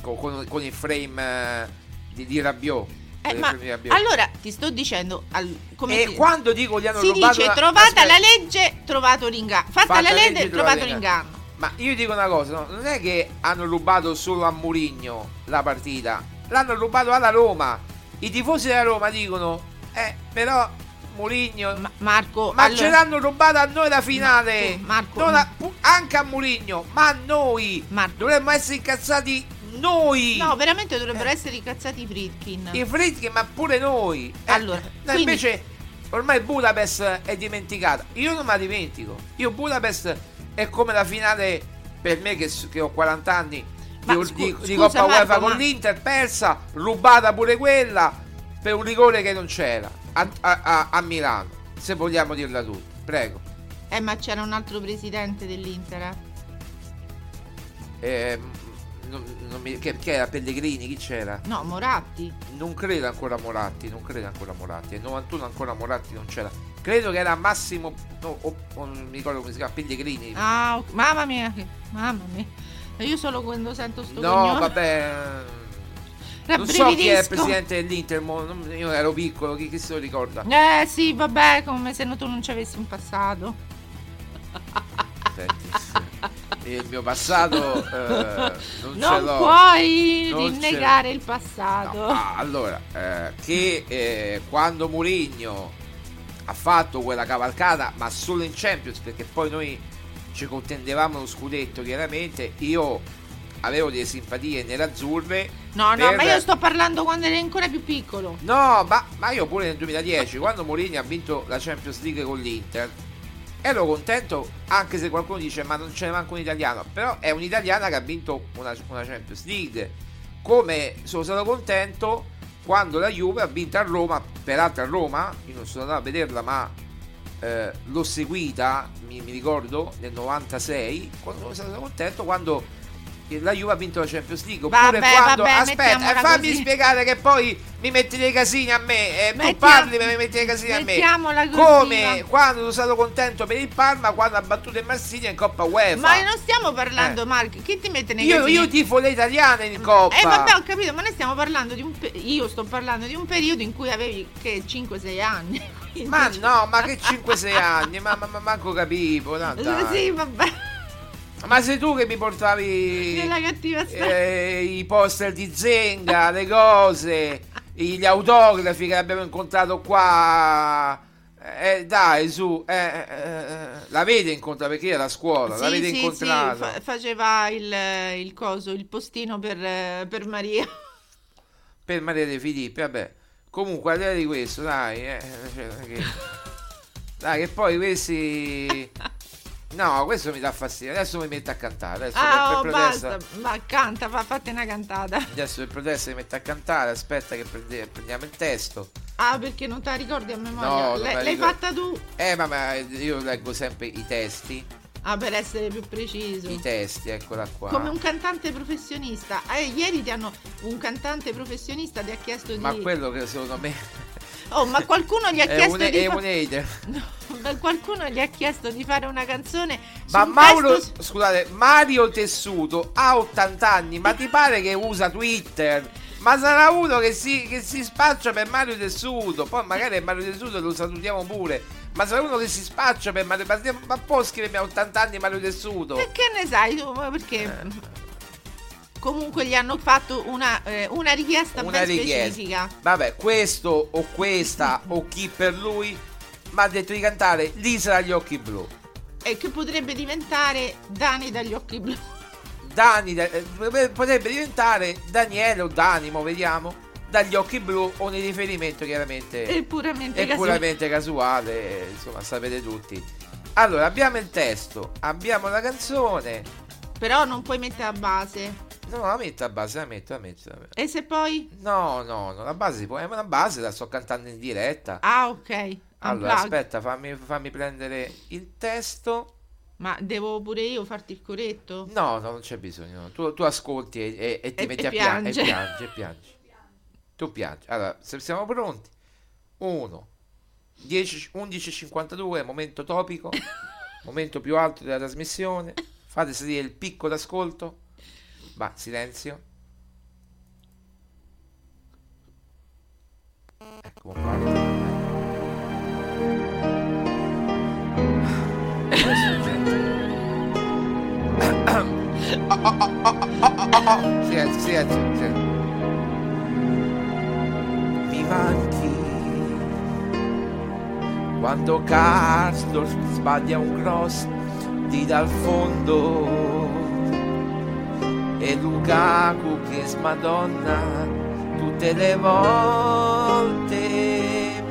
Co- Con, con il frame eh, di, di Rabiot. Eh, del ma frame di Rabiot. allora ti sto dicendo al- come e dire, quando dico gli hanno si rubato dice una- trovata aspetta. la legge, trovato l'inganno. Fatta, la legge, trovato l'inganno. Ma io dico una cosa, no? non è che hanno rubato solo a Murigno la partita, l'hanno rubato alla Roma. I tifosi della Roma dicono, eh, però Murigno... Ma, Ma- Marco, ce allora, l'hanno rubata a noi la finale! Ma tu, Marco, Non a- ma- pu- anche a Murigno, ma a noi! Marco. Dovremmo essere incazzati noi No, veramente Eh. dovrebbero essere incazzati i Fritkin. i Fritkin, ma pure noi. Eh, Allora, no, quindi- invece ormai Budapest è dimenticata. Io non me la dimentico. Io Budapest è come la finale per me che, che ho 40 anni di, Ma di- scu- di scusa, Coppa Marco, UEFA ma- con l'Inter persa, rubata pure quella per un rigore che non c'era a, a- a- a Milano, se vogliamo dirla tutti. Prego. Eh, ma c'era un altro presidente dell'Inter. eh. Eh, non- non mi- che, chi era Pellegrini? Chi c'era? No, Moratti. Non credo ancora Moratti, non credo ancora Moratti. Nel 91 ancora Moratti non c'era. Credo che era Massimo. no, o- o non mi ricordo come si chiama, Pellegrini. Ah, ok. mamma mia, che- mamma mia. Eh, Io solo quando sento sto no, cognome vabbè. Non so chi è il rabbrividisco. presidente dell'Inter, mo- non- io ero piccolo, chi, chi se lo ricorda? Eh sì, vabbè, come se no tu non ci avessi un passato. Senti, sì. il mio passato eh, non, ce Non l'ho. puoi Non ce rinnegare il No, passato. ah, allora, eh, che eh, quando Mourinho ha fatto quella cavalcata, ma solo in Champions, perché poi noi ci contendevamo lo scudetto, chiaramente, io avevo delle simpatie nerazzurre. No, no, per- ma io sto parlando quando eri ancora più piccolo. No, ma, ma io pure nel 2010, quando Mourinho ha vinto la Champions League con l'Inter, ero contento, anche se qualcuno dice ma non ce n'è manco un italiano, però è un'italiana che ha vinto una, una Champions League. Come sono stato contento quando la Juve ha vinto a Roma, peraltro a Roma, io non sono andato a vederla ma eh, l'ho seguita, mi, mi ricordo, nel 96, quando sono stato contento quando la Juve ha vinto la Champions League. Oppure Vabbè, quando... vabbè, aspetta, mettiamola eh, fammi così. spiegare che poi mi metti dei casini a me, eh, tu Mettiamo- parli ma mi metti dei casini a me. mettiamola così, Come va. quando sono stato contento per il Parma quando ha battuto il Marsiglia in Coppa UEFA. Ma non stiamo parlando, Eh. Mark. Chi ti mette nei io, casini? io tifo le italiane in Coppa. Eh vabbè ho capito, ma noi stiamo parlando di un pe- io sto parlando di un periodo in cui avevi che 5-6 anni. quindi- Ma no, ma che 5-6 anni, ma, ma- ma manco capivo. no, dai. Sì, vabbè. Ma sei tu che mi portavi Nella cattiva strada. eh, i poster di Zenga, le cose, gli autografi che abbiamo incontrato qua. Eh, dai, su, eh, eh, eh, l'avete incontrata perché era a scuola, Sì, l'avete sì, sì, incontrata. fa- faceva il, il coso, il postino per, eh, per Maria. per Maria De Filippi, vabbè. Comunque, al di là di questo, dai, eh, cioè, non è che- dai, che poi questi. No, questo mi dà fastidio. Adesso mi metto a cantare. Adesso Ah, oh, per, per protesta. basta, ma canta, fa, fate una cantata. Adesso per protesta mi metto a cantare. Aspetta, che prende- prendiamo il testo. Ah, perché non te la ricordi a No, memoria? non L'hai- me la l'hai ricordo. fatta tu? Eh, ma, ma io leggo sempre i testi. Ah, per essere più preciso. I testi, eccola qua. Come un cantante professionista. Eh, ieri ti hanno un cantante professionista ti ha chiesto di Ma quello che secondo me. Oh, ma qualcuno gli ha È chiesto un, di è fa- un hater. No, ma qualcuno gli ha chiesto di fare una canzone su Ma un Mauro, testo su- scusate, Mario Tessuto ha 80 anni, ma ti pare che usa Twitter? Ma sarà uno che si, che si spaccia per Mario Tessuto, poi magari è Mario Tessuto lo salutiamo pure, ma sarà uno che si spaccia per Mario Tessuto, ma può scrivermi a 80 anni Mario Tessuto? Perché ne sai tu? Ma Perché Eh. comunque gli hanno fatto una, eh, una richiesta Una ben richiesta. specifica. Vabbè, questo o questa o chi per lui mi ha detto di cantare L'Isola agli occhi blu. E che potrebbe diventare Dani dagli occhi blu. Dani, eh, potrebbe diventare Daniele o Danimo, vediamo, dagli occhi blu o nel riferimento chiaramente. E puramente è casuale. puramente casuale, insomma, sapete tutti. Allora, abbiamo il testo, abbiamo la canzone. Però non puoi mettere a base. No, la metto a base, la metto, la metto. la metto. E se poi? No, no, no, la base si può. eh, ma la base la sto cantando in diretta. Ah, ok. allora, Unplug. aspetta, fammi, fammi prendere il testo. Ma devo pure io farti il coretto? No, no, non c'è bisogno. no. Tu, tu ascolti e, e- e ti E- metti e a piangere. piange. E piangi, e piangi. Tu piangi. Allora, se siamo pronti. 1, 10, 11.52, momento topico, momento più alto della trasmissione. Fate salire il picco d'ascolto. Va, silenzio. Ecco qua. Adesso, gente. Silenzio, silenzio, silenzio. Mi manchi quando Castor sbaglia un cross di dal fondo. e Lukaku che smadonna tutte le volte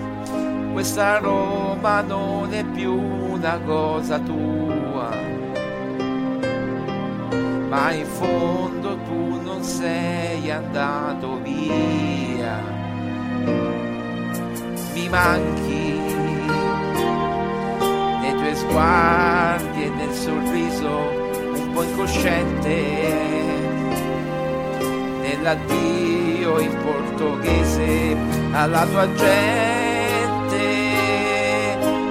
questa Roma non è più una cosa tua ma in fondo tu non sei andato via mi manchi nei tuoi sguardi e nel sorriso un po' incosciente nell'addio in portoghese alla tua gente.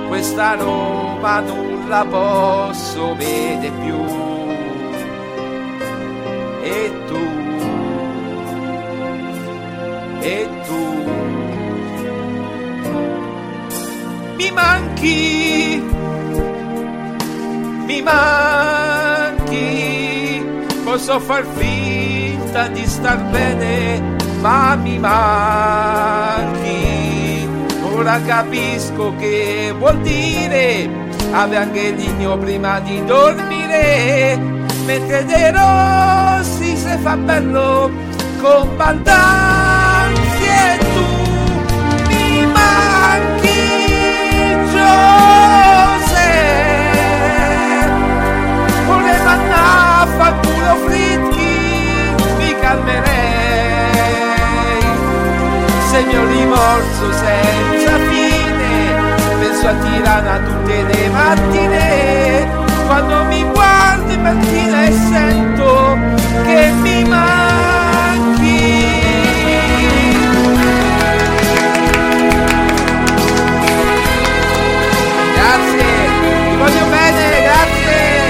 Questa Roma non la posso vedere più. E tu, e tu, mi manchi, mi manchi, posso far finta di star bene, ma mi manchi. Ora capisco che vuol dire avere anche il ligno prima di dormire, mentre dei rossi se fa bello con baldanzi e tu mi manchi Giuseppe voleva a far culo fritti, mi calmerei. Segno rimorso senza fine, penso a Tirana tutte le mattine, quando mi guardo in mattina e sento che mi manchi. Grazie, ti voglio bene, grazie.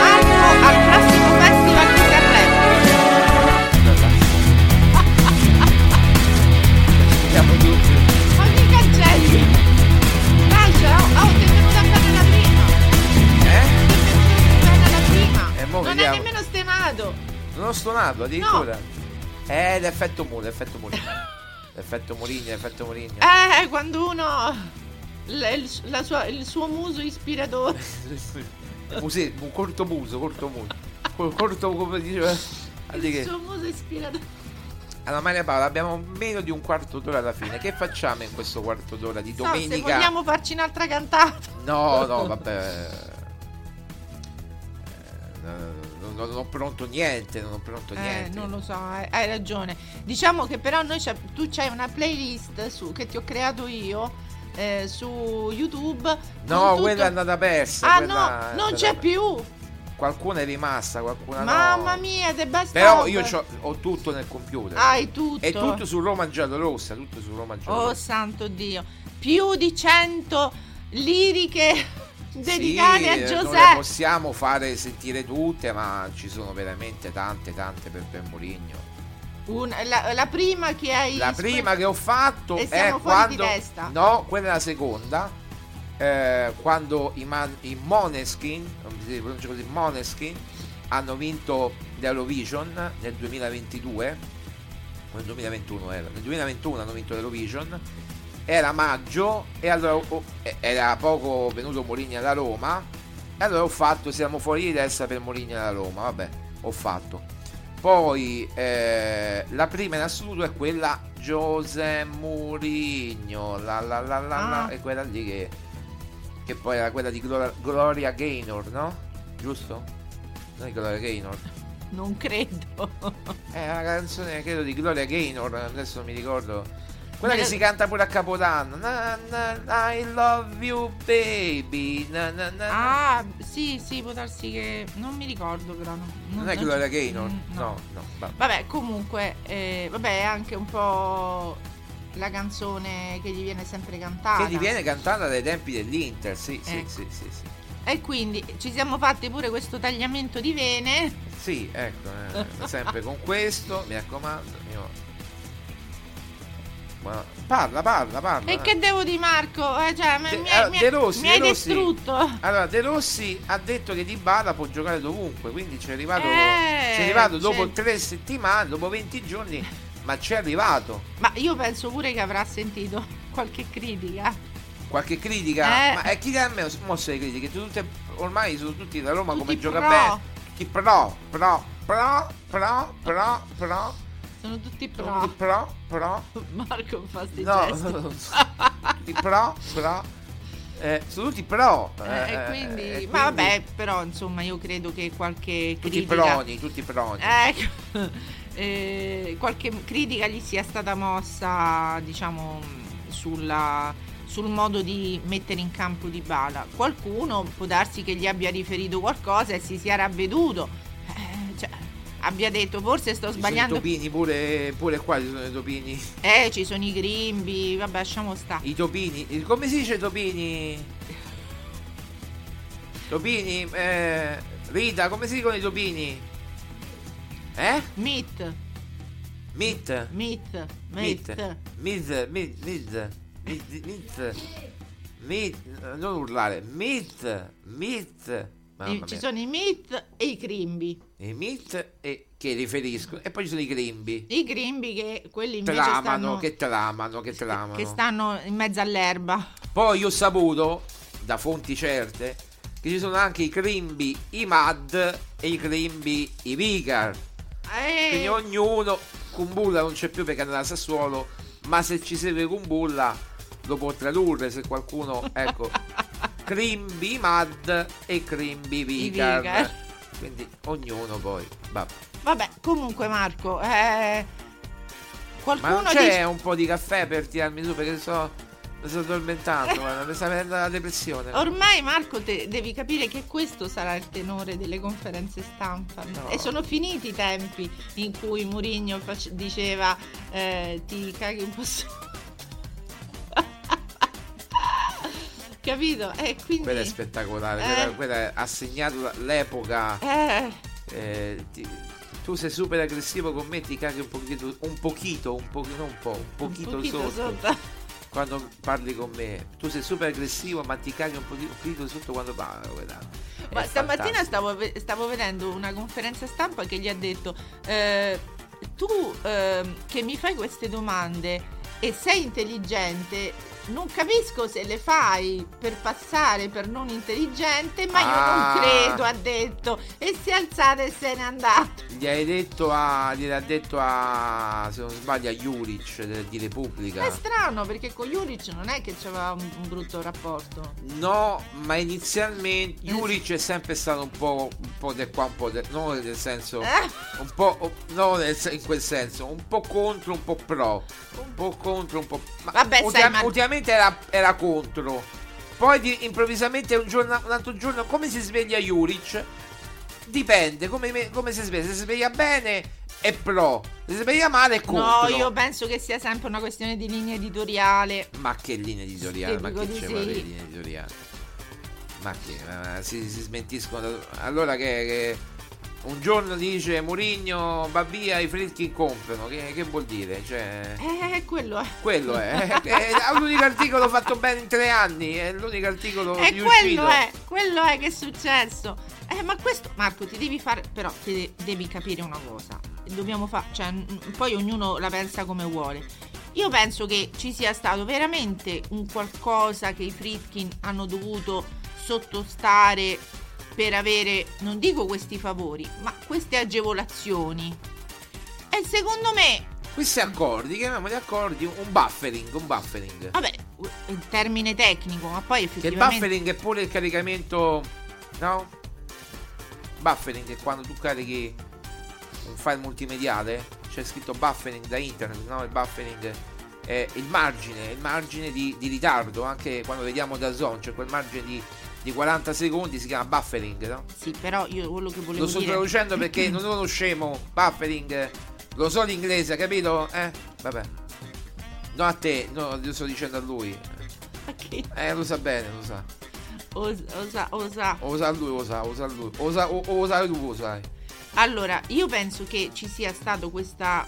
Anno al prossimo festival di Sanremo. Siamo tutti. Ma che cancelli? Calcio, oh, ti è venuta bene la prima. Eh? Ti è venuta bene la prima. Eh, mo non è vediamo. nemmeno stenato. Non ho stonato addirittura. Eh, l'effetto muro, l'effetto Mourinho. l'effetto Mourinho, l'effetto Mourinho. Eh, quando uno... l- il, la sua- il suo muso ispiratore. Eh. Musè, un corto muso, corto muso. Col- Corto come eh? diceva. Guardi Il che- suo muso ispiratore. Allora Maria Paola abbiamo meno di un quarto d'ora alla fine. Che facciamo in questo quarto d'ora di No, se domenica? vogliamo farci un'altra cantata. No, no, vabbè. Eh, no, no, no, non ho pronto niente, non ho pronto Eh, niente. non lo so, hai, hai ragione. Diciamo che però noi c'è- tu c'hai una playlist su, che ti ho creato io eh, su YouTube. con No, tutto- quella è andata persa. Ah quella no, è non andata c'è persa. più. Qualcuna è rimasta, qualcuna no. Mamma mia, The Best Però of. io c'ho- ho tutto nel computer. Hai tutto. È tutto su Roma giallorossa, tutto su Roma Oh giallorossa. santo Dio. Più di 100 liriche dedicate Sì, a eh, Non le Giuseppe. possiamo fare sentire tutte, ma ci sono veramente tante, tante per Ben Mourinho. Un- la, la prima che hai La prima che ho fatto E è siamo fuori di quando. testa. No, quella è la seconda. eh, quando i, Man- i Moneskin, non si pronuncia così, Moneskin, hanno vinto l'Eurovision nel 2022, o nel 2021 era, nel 2021 hanno vinto l'Eurovision, era maggio e allora ho- e- era poco venuto Mourinho alla Roma e allora ho fatto siamo fuori di testa per Mourinho alla Roma, vabbè, ho fatto. Poi eh, la prima in assoluto è quella José Mourinho, la la la la, la, Ah. è quella lì che, che poi era quella di Gloria, Gloria Gaynor, no? Giusto? Non è Gloria Gaynor. Non credo. È una canzone credo di Gloria Gaynor, adesso non mi ricordo. Quella Me che la- si canta pure a Capodanno. Na, na, I love you baby. Na, na, na, na. Ah, sì, sì, può darsi che. Non mi ricordo, però. no. non è Gloria Gaynor? Mm, No, no. va- Vabbè, comunque, eh, vabbè, è anche un po' la canzone che gli viene sempre cantata. Che diviene cantata dai tempi dell'Inter, sì, sì, Ah, Ecco. sì, sì, sì. E quindi ci siamo fatti pure questo tagliamento di vene. Sì, ecco, eh, sempre con questo, mi raccomando. io- Ma- Parla, parla, parla. E eh. che devo di Marco? Eh, cioè, ma De- mi, allora, hai, mi hai- De Rossi, mi hai De Rossi. distrutto. Allora, De Rossi ha detto che Di Bala può giocare dovunque, quindi ci è arrivato, Eh, ci è arrivato dopo sì. tre settimane, dopo 20 giorni, ma ci è arrivato. Ma io penso pure che avrà sentito qualche critica. Qualche critica? Eh. Ma eh, chi da me mosse le critiche? Tutte- ormai sono tutti da Roma Tutti come gioca pro. bene. Chi pro, pro. pro, pro, pro, pro, Sono tutti tutti pro. pro, pro, Marco fa sti no, gesti. tutti pro, pro, eh, sono tutti pro. Eh, e eh, quindi, eh, ma vabbè, però insomma, io credo che qualche Tutti critica. proni, tutti proni. Ecco, eh, qualche critica gli sia stata mossa, diciamo, sulla- sul modo di mettere in campo di bala. Qualcuno può darsi che gli abbia riferito qualcosa e si sia ravveduto. Eh, cioè, abbia detto forse sto Ci sono i sbagliando. topini pure, pure qua ci sono i topini. eh, ci sono i grimbi, vabbè, lasciamo sta. I topini, come si dice topini? Topini, eh, Rita, come si dicono i topini? Eh? Meat, Mit. meat, Mit. meat. Mit. Mit. Mit. Mit. Mit. Mit. Non urlare. Mit. Mit. Mamma Ci mia. sono i meat e i grimbi. I mit e, che riferiscono. E poi ci sono i grimbi. I grimbi che quelli invece Tramano, stanno, che tramano, che tramano. che stanno in mezzo all'erba. Poi ho saputo, da fonti certe, che ci sono anche i crimbi, i mad e i crimbi, i vigar. Quindi Eh, ognuno, Kumbulla non c'è più perché è andato a Sassuolo, ma se ci serve Kumbulla lo può tradurre se qualcuno, ecco, crimbi mad e crimbi vigar. Vigar. Quindi ognuno poi, vabbè. vabbè, comunque Marco, eh, Ma qualcuno non c'è dice- un po' di caffè per tirarmi su perché sto, mi sto addormentando, guarda, mi sta venendo la depressione. Ormai Marco te- devi capire che questo sarà il tenore delle conferenze stampa No. e sono finiti i tempi in cui Mourinho face- diceva eh, ti caghi un po' su. Capito? E quindi Quella è spettacolare, cioè, Eh. quella, quella ha segnato la- l'epoca. eh, eh, ti- tu sei super aggressivo con me, ti caghi un pochino, un pochito, un pochino, un po', un un pochito, pochino sotto, sotto. quando parli con me. Tu sei super aggressivo, ma ti caghi un pochino, un pochino sotto quando parli. guarda. È Ma stamattina fantastico. stavo, ve- stavo vedendo una conferenza stampa che gli ha detto: eh, Tu ehm, che mi fai queste domande e sei intelligente, non capisco se le fai per passare per non intelligente, ma Ah. io non credo, ha detto. E si è alzata e se n'è andato. Gli hai detto a. Gliel'ha detto a. Se non sbaglio, a Juric de- di Repubblica. È strano perché con Juric non è che c'aveva un, un brutto rapporto. No, ma inizialmente Juric è sempre stato un po', un po' del qua, un po' del. No, nel senso. Eh, un po' o- no nel sen- in quel senso un po' contro un po' pro un po' contro un po' ma Vabbè, sai, ultima- ma- ultimamente era, era contro poi di- improvvisamente un, giorno, un altro giorno come si sveglia Juric dipende come, me- come si sveglia se si sveglia bene è pro se si sveglia male è no, contro io penso che sia sempre una questione di linea editoriale. ma che linea editoriale Sì, ma dico che di c'è sì. ma che linea editoriale ma che ma- si, si smentiscono da- allora che, che un giorno dice Murigno va via i freschi comprano che, che vuol dire cioè Eh, quello è. quello è, eh, è l'unico articolo fatto bene in tre anni è l'unico articolo E riuscito quello eh. è, quello è che è successo. Eh, ma questo, Marco, ti devi fare, però ti de- devi capire una cosa. Dobbiamo fare, cioè, n- poi ognuno la pensa come vuole. Io penso che ci sia stato veramente un qualcosa che i Fritkin hanno dovuto sottostare per avere, non dico questi favori, ma queste agevolazioni. E secondo me questi accordi chiamiamoli accordi un buffering un buffering Vabbè, il termine tecnico, ma poi che il effettivamente... buffering è pure il caricamento no? buffering è quando tu carichi un file multimediale c'è scritto buffering da internet no? il buffering è il margine il margine di, di ritardo anche quando vediamo da zone c'è quel margine di, di 40 secondi si chiama buffering no? Sì, però io quello che volevo lo sto dire... traducendo perché non sono scemo buffering lo so l'inglese capito? eh? vabbè no a te no lo sto dicendo a lui Perché eh lo sa bene lo sa Osa, osa, osa. O sa lui, o sa, o sa lui, o sa, o, o sa tu, o sai. Allora, io penso che ci sia stata questa,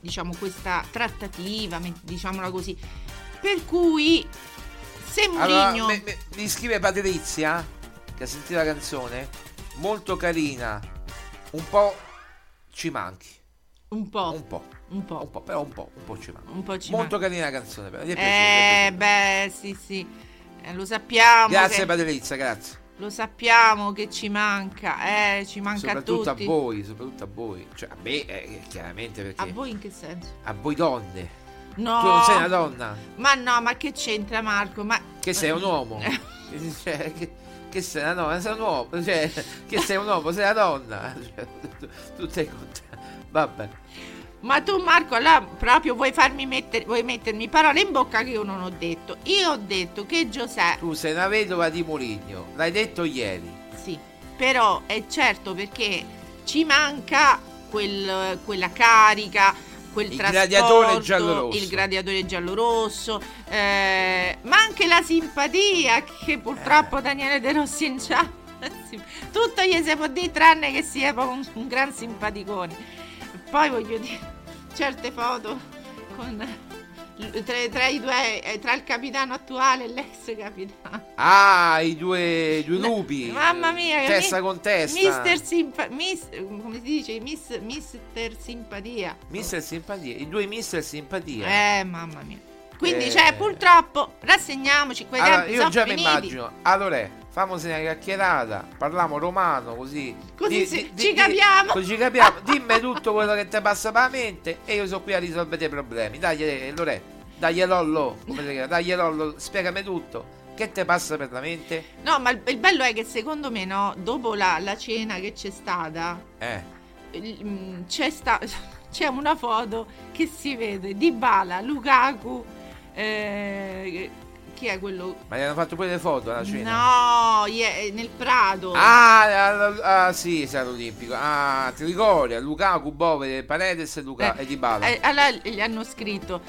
diciamo, questa trattativa, me- diciamola così, per cui se Allora, Mourinho... me- me- mi scrive Patrizia, che ha sentito la canzone, molto carina, un po' ci manchi, Un po', un po', un po', un po', però un po', un po' ci manchi. un po' Oh. ci molto manca. carina la canzone, però. ti è piaciuta, ti è Eh, piaciuta? beh, sì, sì, Eh, lo sappiamo. Grazie che- Patrizia, grazie. Lo sappiamo che ci manca, eh, ci manca a soprattutto a, tutti. voi, soprattutto a voi. Cioè a me, eh, chiaramente perché. A voi in che senso? a voi donne. No. Tu non sei una donna, Ma no, ma che c'entra Marco? Ma che sei un uomo. Eh. Cioè, che, che sei una donna, sei un uomo. Cioè, che sei un uomo, sei una donna. Cioè, tu, tu sei contento. Vabbè. Ma tu Marco, allora proprio vuoi farmi mettere, vuoi mettermi parole in bocca che io non ho detto. Io ho detto che Giuseppe, Tu sei una vedova di Murigno, l'hai detto ieri. sì, però è certo perché ci manca quel- quella carica, quel Il trasporto, gladiatore giallorosso. il gladiatore giallorosso, eh, ma anche la simpatia che purtroppo Eh. Daniele De Rossi in Tutto gli si può dire tranne che sia proprio un, un gran simpaticone. Poi voglio dire, certe foto con, tra, tra i due, eh, tra il capitano attuale e l'ex capitano. Ah, i due, i due lupi. Mamma mia, Testa mi- con testa. Mister Simpa- Miss- come si dice? Miss- Mister Simpatia. Mister Simpatia. I due Mister Simpatia. Eh, mamma mia. Quindi, Eh. cioè, purtroppo, rassegniamoci, quei Allora, tempi io sono già mi finiti. immagino. Allora, famosi una chiacchierata, parliamo romano così. Così si- ci capiamo. così ci capiamo. Dimmi tutto quello che ti passa per la mente e io sono qui a risolvere i problemi. Dai, eh, Lore, dai Lollo, come si chiama? Dai eh, Lollo, spiegami tutto. Che ti passa per la mente? No, ma il, il bello è che secondo me, no, dopo la, la cena che c'è stata, Eh. il- mm, c'è, sta- c'è una foto che si vede di Bala, Lukaku, eh, chi è quello? Ma gli hanno fatto pure le foto alla cena? No, ie- nel Prato. Ah, ah, ah, sì, stato olimpico. Ah, Trigoria, Lukaku, Bove, Paredes e, Luca, Eh, e Dybala. eh, allora gli hanno scritto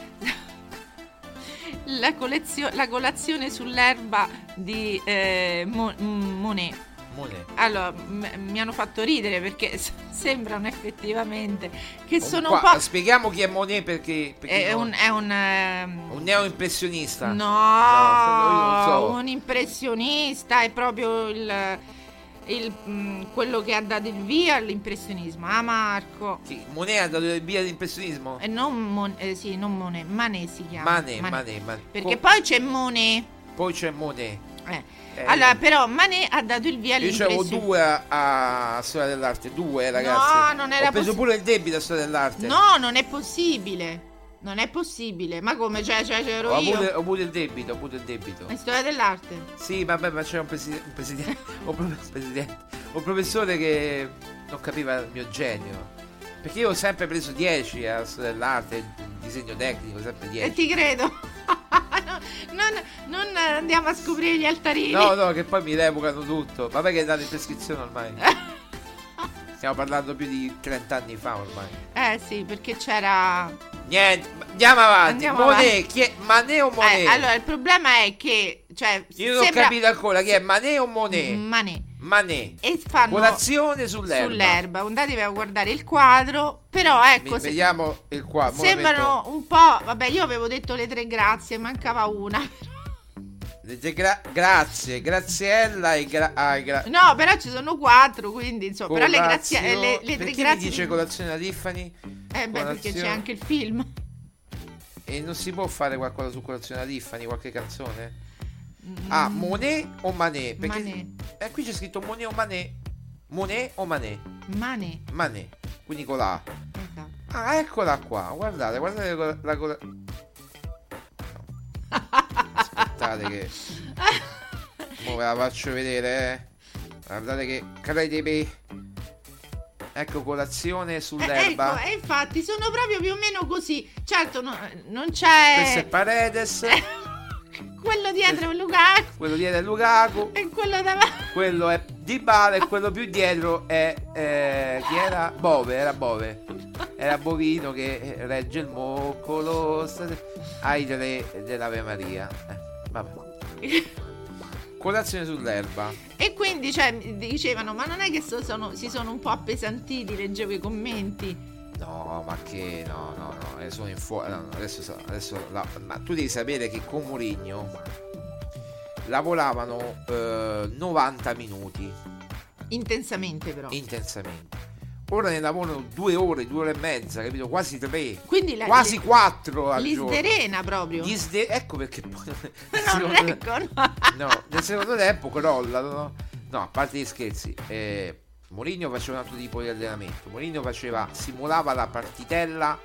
la, collezio- la colazione sull'erba di eh, Mo- mm, Monet. Mone. Allora, m- mi hanno fatto ridere perché s- sembrano effettivamente che sono Qua- un po'... Spieghiamo chi è Monet perché... perché È non- un... È un ehm, Un neo-impressionista. No, io non so. un impressionista è proprio il, il, mm, quello che ha dato il via all'impressionismo. Ah, Marco. Chi- Monet ha dato il via l'impressionismo? E non Mon- eh, sì, non Monet, Manet si chiama. Mane, Mane, Mane. Perché Po- poi c'è Monet. poi c'è Monet. Eh. Eh, allora, però Manet ha dato il via Io c'avevo all'impressione. due a, a Storia dell'Arte, due ragazzi. non era Ho preso possi- pure il debito a Storia dell'Arte. No, non è possibile. Non è possibile. Ma come? Cioè, cioè c'ero ho io. avuto, ho avuto il debito, ho avuto il debito. È storia dell'arte. Sì, vabbè, ma c'era un, presi- un presidente, un, pro- presidente- un professore che non capiva il mio genio. Perché io ho sempre preso 10 a Storia dell'Arte, disegno tecnico, sempre E 10. Eh, ti credo. No, non, non andiamo a scoprire gli altarini. No, no, che poi mi revocano tutto. Vabbè che è andato in prescrizione ormai. Stiamo parlando più di 30 anni fa ormai. Eh sì, perché c'era... eh, Niente, andiamo avanti. Andiamo Monet, avanti. chi è Manet o Monet? Eh, allora, il problema è che... Cioè, Io non ho sembra- capito ancora chi è Manet o Monet. Manet. Manet. E fanno... Colazione sull'erba. sull'erba. Andatevi a guardare il quadro, però ecco, Mi- se- Vediamo il qua. mo lo sembrano un po'... Vabbè, io avevo detto le tre grazie, mancava una. metto. Gra- grazie, Graziella e gra- ai gra- No, però ci sono quattro, quindi insomma, però le, Colazio- grazie, eh, le, le tre Perché mi grazie... dice colazione da Tiffany? eh beh, perché c'è colazione? anche il film. E non si può fare qualcosa su colazione da Tiffany, qualche canzone? Ah, Mm, Monet o Manet? Perché Manet. Eh, qui c'è scritto Monet o Manet. Monet o Manet? Mane. Manet. Quindi con la A. Ecco. Ah, eccola qua. Guardate, guardate la, la cola- Aspettate che... Mo ve la faccio vedere, eh. Guardate che... Credimi. Ecco, colazione Eh, sull'erba. ecco, e infatti sono proprio più o meno così. Certo, no- non Questo è c'è Paredes. quello dietro è Lukaku Quello dietro è Lukaku. e quello davanti. Quello è Dybala e quello più dietro è... eh, chi era? Bove, era Bove. Era Bovino che regge il moccolo. state- Ai tre dell'Ave Maria. Eh, vabbè. Colazione sull'erba. E quindi cioè, mi dicevano, ma non è che so- sono- si sono un po' appesantiti, leggevo i commenti. No, ma che no, no, no, eh, sono in fuori. no, no, adesso, sa- adesso la- ma tu devi sapere che con Mourinho lavoravano eh, 90 minuti Intensamente però. intensamente. Ora ne lavorano due ore, due ore e mezza, capito? Quasi tre, Quindi la, quasi li- quattro al li giorno. sderena proprio. Gli sde- ecco perché poi. Non secondo- reggono. No, nel secondo tempo crollano. no? No, a parte gli scherzi, eh, Mourinho faceva un altro tipo di allenamento. Mourinho faceva, simulava la partitella,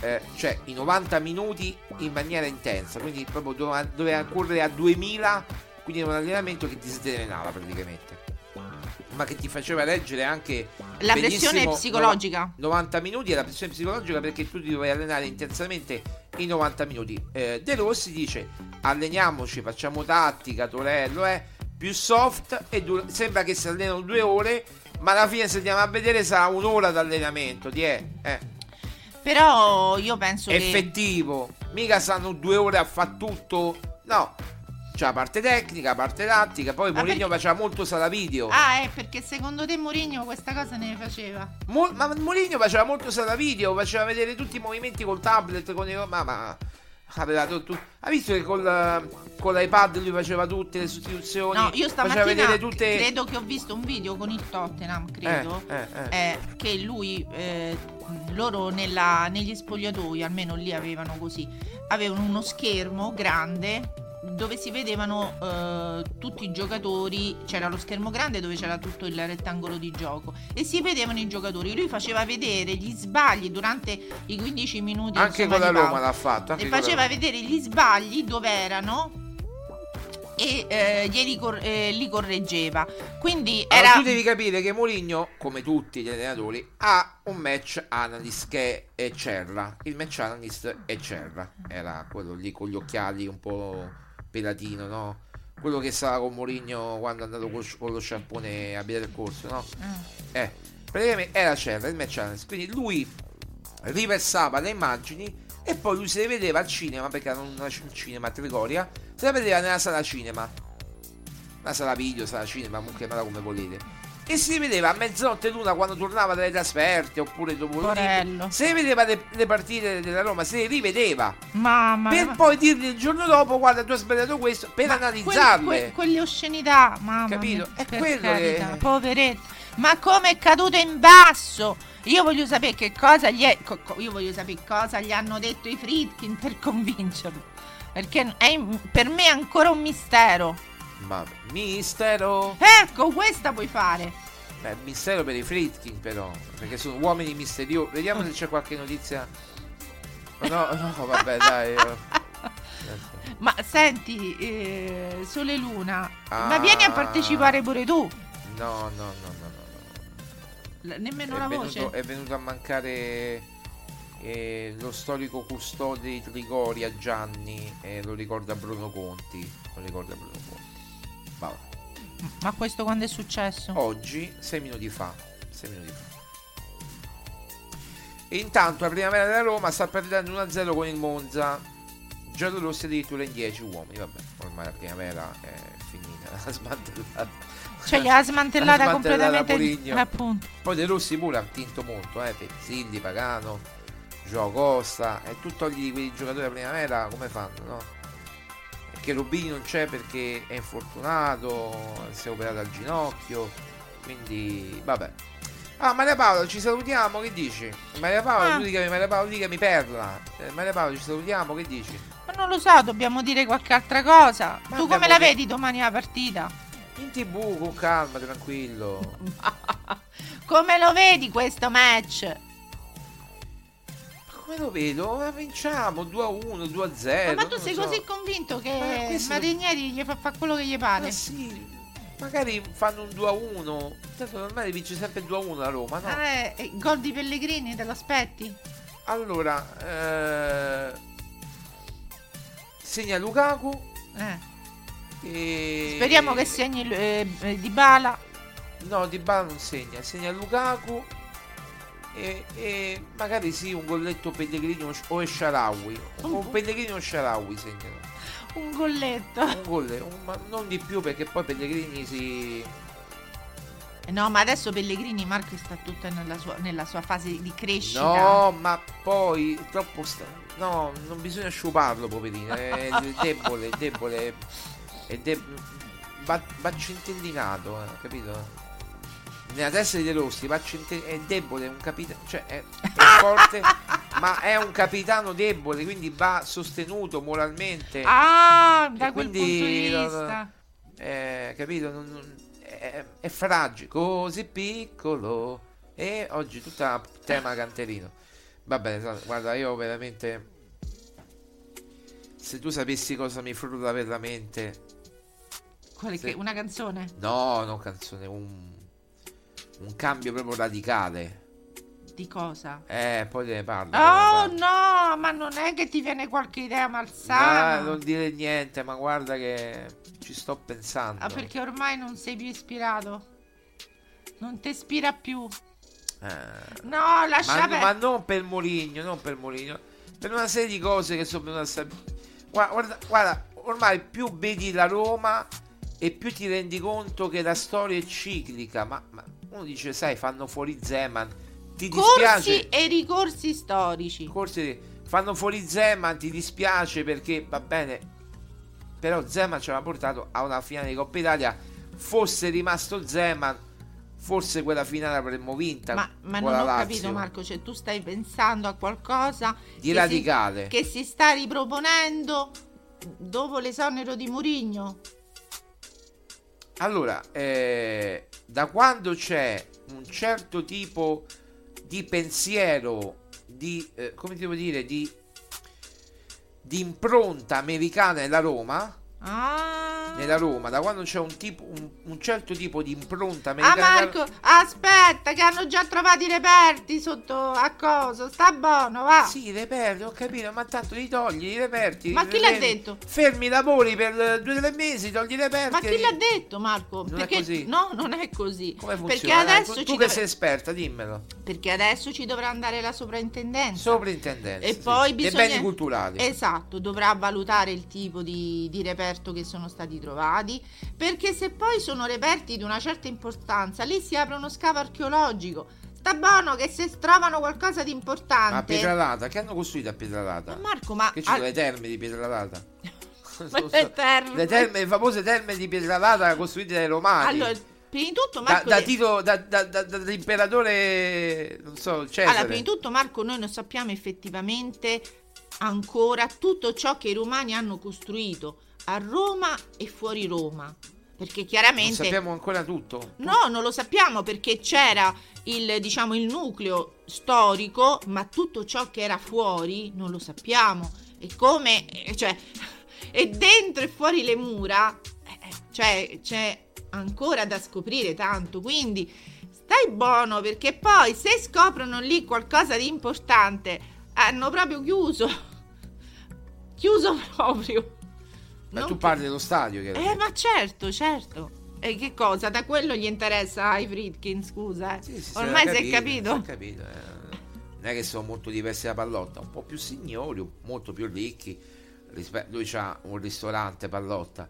eh, cioè i 90 minuti in maniera intensa, quindi proprio doveva, doveva correre a 2000, quindi era un allenamento che ti sdrenava praticamente. Ma che ti faceva leggere anche La benissimo pressione no- psicologica. 90 minuti e la pressione psicologica perché tu ti dovevi allenare intensamente i 90 minuti. Eh, De Rossi dice alleniamoci, facciamo tattica, torello, eh, più soft e dur- sembra che si allenano due ore, ma alla fine se andiamo a vedere sarà un'ora di allenamento, ti è? Eh, Però io penso che effettivo, mica stanno due ore a far tutto, no. C'è la parte tecnica, la parte tattica, poi Ma Mourinho perché- faceva molto sala video. Ah, è perché secondo te Mourinho questa cosa ne faceva? Mo- ma Mourinho faceva molto sala video, faceva vedere tutti i movimenti col tablet, con i... ma, ma aveva tu- tu- hai visto che col, eh, con l'iPad lui faceva tutte le sostituzioni? No, faceva io stamattina vedere tutte credo che ho visto un video con il Tottenham, credo, Eh, eh, eh, che lui, eh, loro nella- negli spogliatoi, almeno lì avevano così, avevano uno schermo grande dove si vedevano eh, tutti i giocatori, c'era lo schermo grande dove c'era tutto il rettangolo di gioco e si vedevano i giocatori, lui faceva vedere gli sbagli durante i 15 minuti anche con la insomma, di pausa Roma l'ha fatto. Anche e con la faceva Roma. vedere gli sbagli dove erano e eh, glieli cor- eh, li correggeva. Quindi Allora, era tu devi capire che Mourinho, come tutti gli allenatori, ha un match analyst che è Cerra. Il match analyst è Cerra. Era quello lì con gli occhiali un po' pelatino, no? Quello che stava con Mourinho quando è andato col- con lo sciampone a via del corso, no? Mm. Eh, praticamente era Cerra, il match analyst. Quindi lui riversava le immagini e poi lui se le vedeva al cinema, perché era un un cinema a Trigoria, se le vedeva nella sala cinema una sala video, sala cinema, comunque chiamala come volete. E si vedeva a mezzanotte l'una quando tornava dalle trasferte oppure dopo Porello. Se vedeva le, le partite della Roma, se le rivedeva mamma per ma- poi dirgli il giorno dopo: Guarda, tu hai sbagliato questo per ma analizzarle. quel- quel- quelle oscenità, mamma. Capito? mia, È per quello carità, che- poveretto. Ma come è caduto in basso? Io voglio sapere che cosa gli è- co- co- io voglio sapere cosa gli hanno detto i Fritkin per convincerlo. Perché è in- per me è ancora un mistero. Ma oh, mistero, Ecco, questa puoi fare. beh, mistero per i Fritkin, però perché sono uomini misteriosi. Vediamo se c'è qualche notizia. No, no, vabbè, dai. eh. Ma senti, eh, Sole Luna, ma Ah. vieni a partecipare pure tu. No, no, no, no, no. no. L- nemmeno è, la venuto, voce. è venuto a mancare eh, lo storico custode di Trigoria Gianni, eh, lo ricorda Bruno Conti. Lo ricorda Bruno Conti. Vabbè. Ma questo quando è successo? Oh, Oggi, 6 minuti fa. sei minuti fa. E Intanto la primavera della Roma sta perdendo 1-0 con il Monza. Giallorossi addirittura in 10 uomini. Vabbè, ormai la primavera è finita, la smantellata. Cioè, gli ha certo. smantellata smantellata completamente. eh, Mourinho. Appunto. Poi De Rossi pure ha tinto molto, eh, Pezzilli, Pagano, Gio Costa, e tu togli quei giocatori a primavera, come fanno, no? Perché Rubini non c'è perché è infortunato, si è operato al ginocchio, quindi vabbè. Ah, Maria Paola, ci salutiamo, che dici? Maria Paola, Ah. tu dicami, Maria Paola, dicami Perla. Eh, Maria Paola, ci salutiamo, che dici? Ma non lo so, dobbiamo dire qualche altra cosa. Ma tu come abbiamo la detto- vedi domani la partita? In tv, con calma, tranquillo. Come lo vedi questo match? Eh, Ma come lo vedo? Ma vinciamo 2-1, 2-0. Ma- ma tu non lo sei so. così convinto Ma che questo- Marinieri gli fa, fa quello che gli pare? Ma sì, magari fanno un 2 a 1. Tanto normale vince sempre 2 a 1 la Roma, no? Eh, e gol di Pellegrini, te lo aspetti? Allora, eh, segna Lukaku. Eh. E... Speriamo che segni eh, Di Bala. No, Di Bala non segna, segna Lukaku. E, e magari sì, un golletto Pellegrini o- o Esharawi. Oh, Un Pellegrini o Esharawi segnano. Un golletto. Un gol, un- ma non di più perché poi Pellegrini si. Eh, No, ma adesso Pellegrini Marco sta tutta nella sua, nella sua fase di crescita. No, ma poi è troppo sta- No, non bisogna sciuparlo, poverino. È debole, è debole. È debole. Va, va centellinato, eh, capito? Nella testa di De Rossi va centell- è debole, è un capitano. Cioè, è, è forte, ma è un capitano debole, quindi va sostenuto moralmente. Ah, da E quel quindi punto di no, no, vista. eh, capito? Non- non- è è, è fragile, così piccolo. E oggi tutta tema canterino. Va bene, sa- guarda, io veramente. Se tu sapessi cosa mi frulla per la mente. Quale Sì. che- una canzone No, non canzone, un, un cambio proprio radicale. di cosa? Eh, poi te ne parlo. te ne Oh parlo. no, ma non è che ti viene qualche idea Ah, malsana? non dire niente, ma guarda che ci sto pensando. Ah, perché ormai non sei più ispirato. Non ti ispira più. Eh. No, lascia ma, per- ma non per Moligno, non per Moligno, per una serie di cose che sono venuta a Guarda, guarda, guarda, ormai più vedi la Roma e più ti rendi conto che la storia è ciclica. Ma, ma uno dice, sai, fanno fuori Zeman, ti Corsi dispiace? e ricorsi storici. Corsi, fanno fuori Zeman, ti dispiace perché va bene. Però Zeman ci aveva portato a una finale di Coppa Italia. Fosse rimasto Zeman, forse quella finale avremmo vinta. Ma, ma con non la ho Lazio. capito, Marco. Cioè, tu stai pensando a qualcosa Di che si- radicale. che si sta riproponendo dopo l'esonero di Murigno. Allora, eh, da quando c'è un certo tipo di pensiero, di, eh, come devo dire, di, di impronta americana nella Roma, Ah. nella Roma, da quando c'è un, tipo, un, un certo tipo di impronta Ah americana... nella- Marco, aspetta che hanno già trovato i reperti sotto a coso, sta buono, va. Sì, i reperti, ho capito, ma tanto li togli, i reperti... ah. Ma li chi l'ha fermi- detto? Fermi i lavori per eh, due o tre mesi, togli i reperti... Ma chi e- l'ha detto Marco? Non è Perché così. no, non è così. Come funziona? Perché Dai, adesso, tu, ci tu che dov- sei esperta, dimmelo. perché adesso ci dovrà andare la sovrintendenza. Sovrintendenza. Eh, e sì. poi Dei bisogna... beni culturali. Esatto, dovrà valutare il tipo di, di reperto che sono stati trovati, perché se poi sono reperti di una certa importanza, lì si apre uno scavo archeologico. Sta buono che se trovano qualcosa di Ma importante... Pietralata, che hanno costruito a Ma Pietralata? Marco, ma... Che ci al- sono le terme di Pietralata? Non Ma so. le terme- Le terme, le famose terme di Pietralata costruite dai romani. Allora, prima di tutto, Ah, da, Marco... da de- Tito, da, da- da- dall'imperatore, non so, Cesare. Allora, prima di tutto, Marco, noi non sappiamo effettivamente ancora tutto ciò che i romani hanno costruito a Roma e fuori Roma. Perché non chiaramente. sappiamo ancora tutto. No, non lo sappiamo perché c'era il, diciamo, il nucleo storico, ma tutto ciò che era fuori non lo sappiamo. E come, eh, cioè, e dentro e fuori le mura, eh, eh, cioè, c'è ancora da scoprire tanto. Quindi stai buono perché poi se scoprono lì qualcosa di importante, hanno proprio chiuso. Chiuso proprio. Ma Non tu che- parli dello stadio, che eh, ma certo, certo. E che cosa? Da quello gli interessa ai Friedkin, scusa. eh. Sì, sì, sì, Ormai ho si è capito. ho capito, eh. Non è che sono molto diversi da Pallotta, un po' più signori, un- molto più ricchi. rispe- Lui c'ha un ristorante Pallotta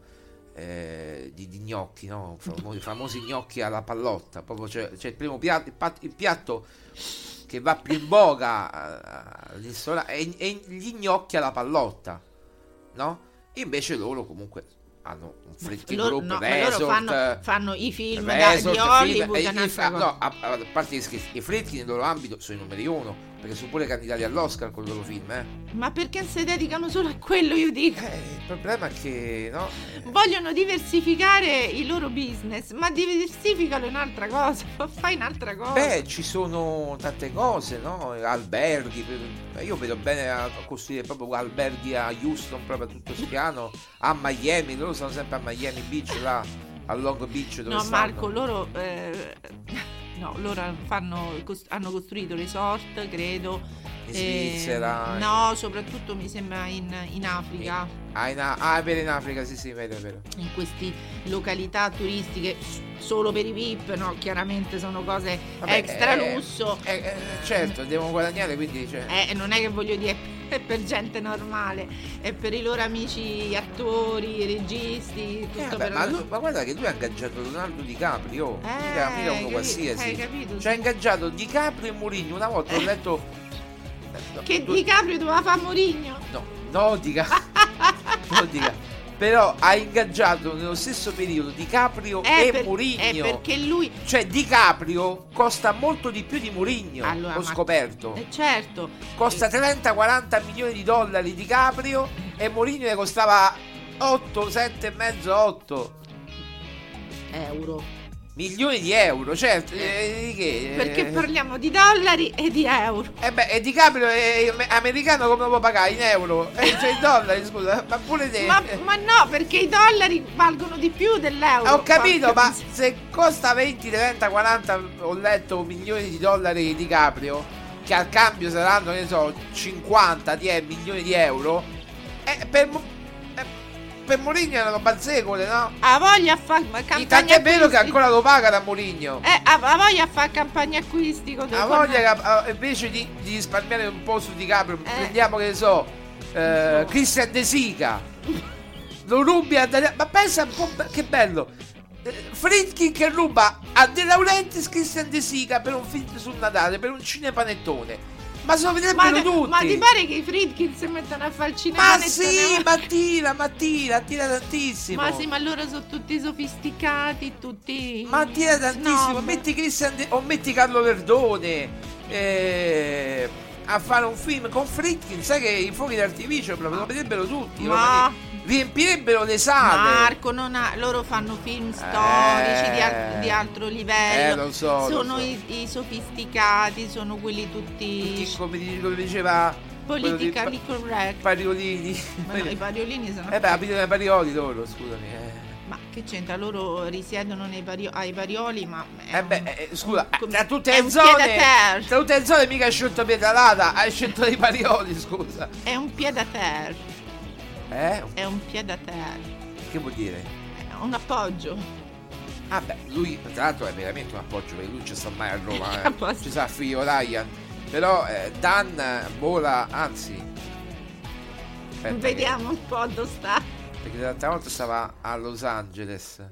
eh, di, di gnocchi, no? Famo- I famosi gnocchi alla Pallotta. Proprio c'è, c'è il primo piatto, il pat- il piatto che va più in voga eh, al ristorante e, e gli gnocchi alla Pallotta, no? Invece loro comunque hanno un fritto Loro, gruppo eh, no, ma loro fanno, fanno i Cioè, film da- Resort, di film, Hollywood. e- e- un'altra ah, cosa. no, a, a parte gli scherzi, i Fredkin nel loro ambito sono i numeri uno, perché sono pure candidati all'Oscar con il loro film, eh. Ma perché si dedicano solo a quello, io dico? Eh, il problema è che, no, eh, Vogliono diversificare il loro business, ma diversificalo in un'altra cosa. fa- Fai un'altra cosa. beh, ci sono tante cose, no, alberghi, per- io vedo bene a costruire proprio alberghi a Houston, proprio a tutto spiano, a Miami, loro sono sempre a Miami Beach, là, a Long Beach, dove no, stanno. Marco, loro. eh, no, loro fanno- cos- hanno costruito resort, credo. In eh, Svizzera, no, soprattutto mi sembra in, in Africa. Ah, in, ah, è vero, in Africa, sì, sì, è vero, è vero. in queste località turistiche s- solo per i VIP, no? Chiaramente sono cose Vabbè, extra eh, lusso. eh, eh, certo, devono guadagnare, quindi, cioè... Eh, non è che voglio dire è per gente normale, è per i loro amici attori, registi, tutto Eh, vabbè, per ma, lui- ma guarda che lui ha ingaggiato Leonardo oh, Di Caprio, Eh, mica uno hai qualsiasi. capito, hai capito, Cioè ha sì. ingaggiato Di Caprio e Mourinho. Una volta ho letto eh, no, Che due- Di Caprio doveva fare Mourinho. No, no Di Caprio. no, Di Caprio. Però ha ingaggiato nello stesso periodo Di Caprio È e Eh, per- è Mourinho. perché lui Cioè Di Caprio costa molto di più di Mourinho, Allora, ho ma- scoperto. eh, certo, Costa 30-40 milioni di dollari Di Caprio e Mourinho ne costava 8, 7 8. euro. Milioni di euro, certo. eh, di che? Perché Eh, parliamo di dollari e di euro. Eh beh, e Di Caprio è è americano come lo può pagare in euro? E cioè in dollari, scusa, ma pure te. Ma, Eh, ma no, perché i dollari valgono di più dell'euro. Ho capito, Porca ma se costa 20, 30, 40, ho letto milioni di dollari di Caprio, che al cambio saranno, che ne so, 50, 10 milioni di euro, eh, per, Mo- eh, per Mourinho erano bazzecole, no? Ha voglia a fare campagna Tant'è vero che acquisti. ancora lo paga da Mourinho. Eh, ha ha voglia a fare campagna acquisti con Ha voglia che, ah, invece di, di risparmiare un po' su Di Caprio, Eh. prendiamo che ne so, eh, Christian De Sica, lo rubi a Daniele- Ma pensa un po' be- che bello! Eh, Friedkin che ruba a De Laurentiis Christian De Sica per un film sul Natale, per un cinepanettone. Ma se lo ma, vedrebbero tutti! ma ti pare che i Friedkin si mettano a fare il cinema? Ma e sì, torniamo- ma tira, ma tira, tira tantissimo! Ma sì, ma loro sono tutti sofisticati, tutti. Ma tira tantissimo, snob. metti Christian De- o metti Carlo Verdone eh, a fare un film con Fritkin, sai che i fuochi d'artificio proprio lo vedrebbero tutti, lo Ma- vede- riempirebbero le sale. Marco, non ha- loro fanno film storici di, al- di altro livello. eh, lo so, lo sono so. I, i sofisticati, sono quelli tutti, Tutti come, di- come diceva quello di politically correct. Pa- Pariolini. Ma no, i pariolini sono. Eh beh, abitano ai Parioli loro, scusami. eh. Ma che c'entra? Loro risiedono nei vario- ai varioli, ma. è Eh beh, eh, eh, scusa, eh, Come- tra tutte è le un zone, pied-à-terre. tra tutte le zone mica hai scelto Pietralata, hai scelto i Parioli, scusa. un- È un piede a terra. Eh, È un piede a terra. che vuol dire? È un appoggio. Ah beh, lui tra l'altro è veramente un appoggio perché lui ci sta mai a Roma, eh. Apposta. ci sta a figlio Ryan. Però eh, Dan eh, vola, anzi... Aspetta Vediamo un po' dove sta. che- perché l'altra volta stava a Los Angeles.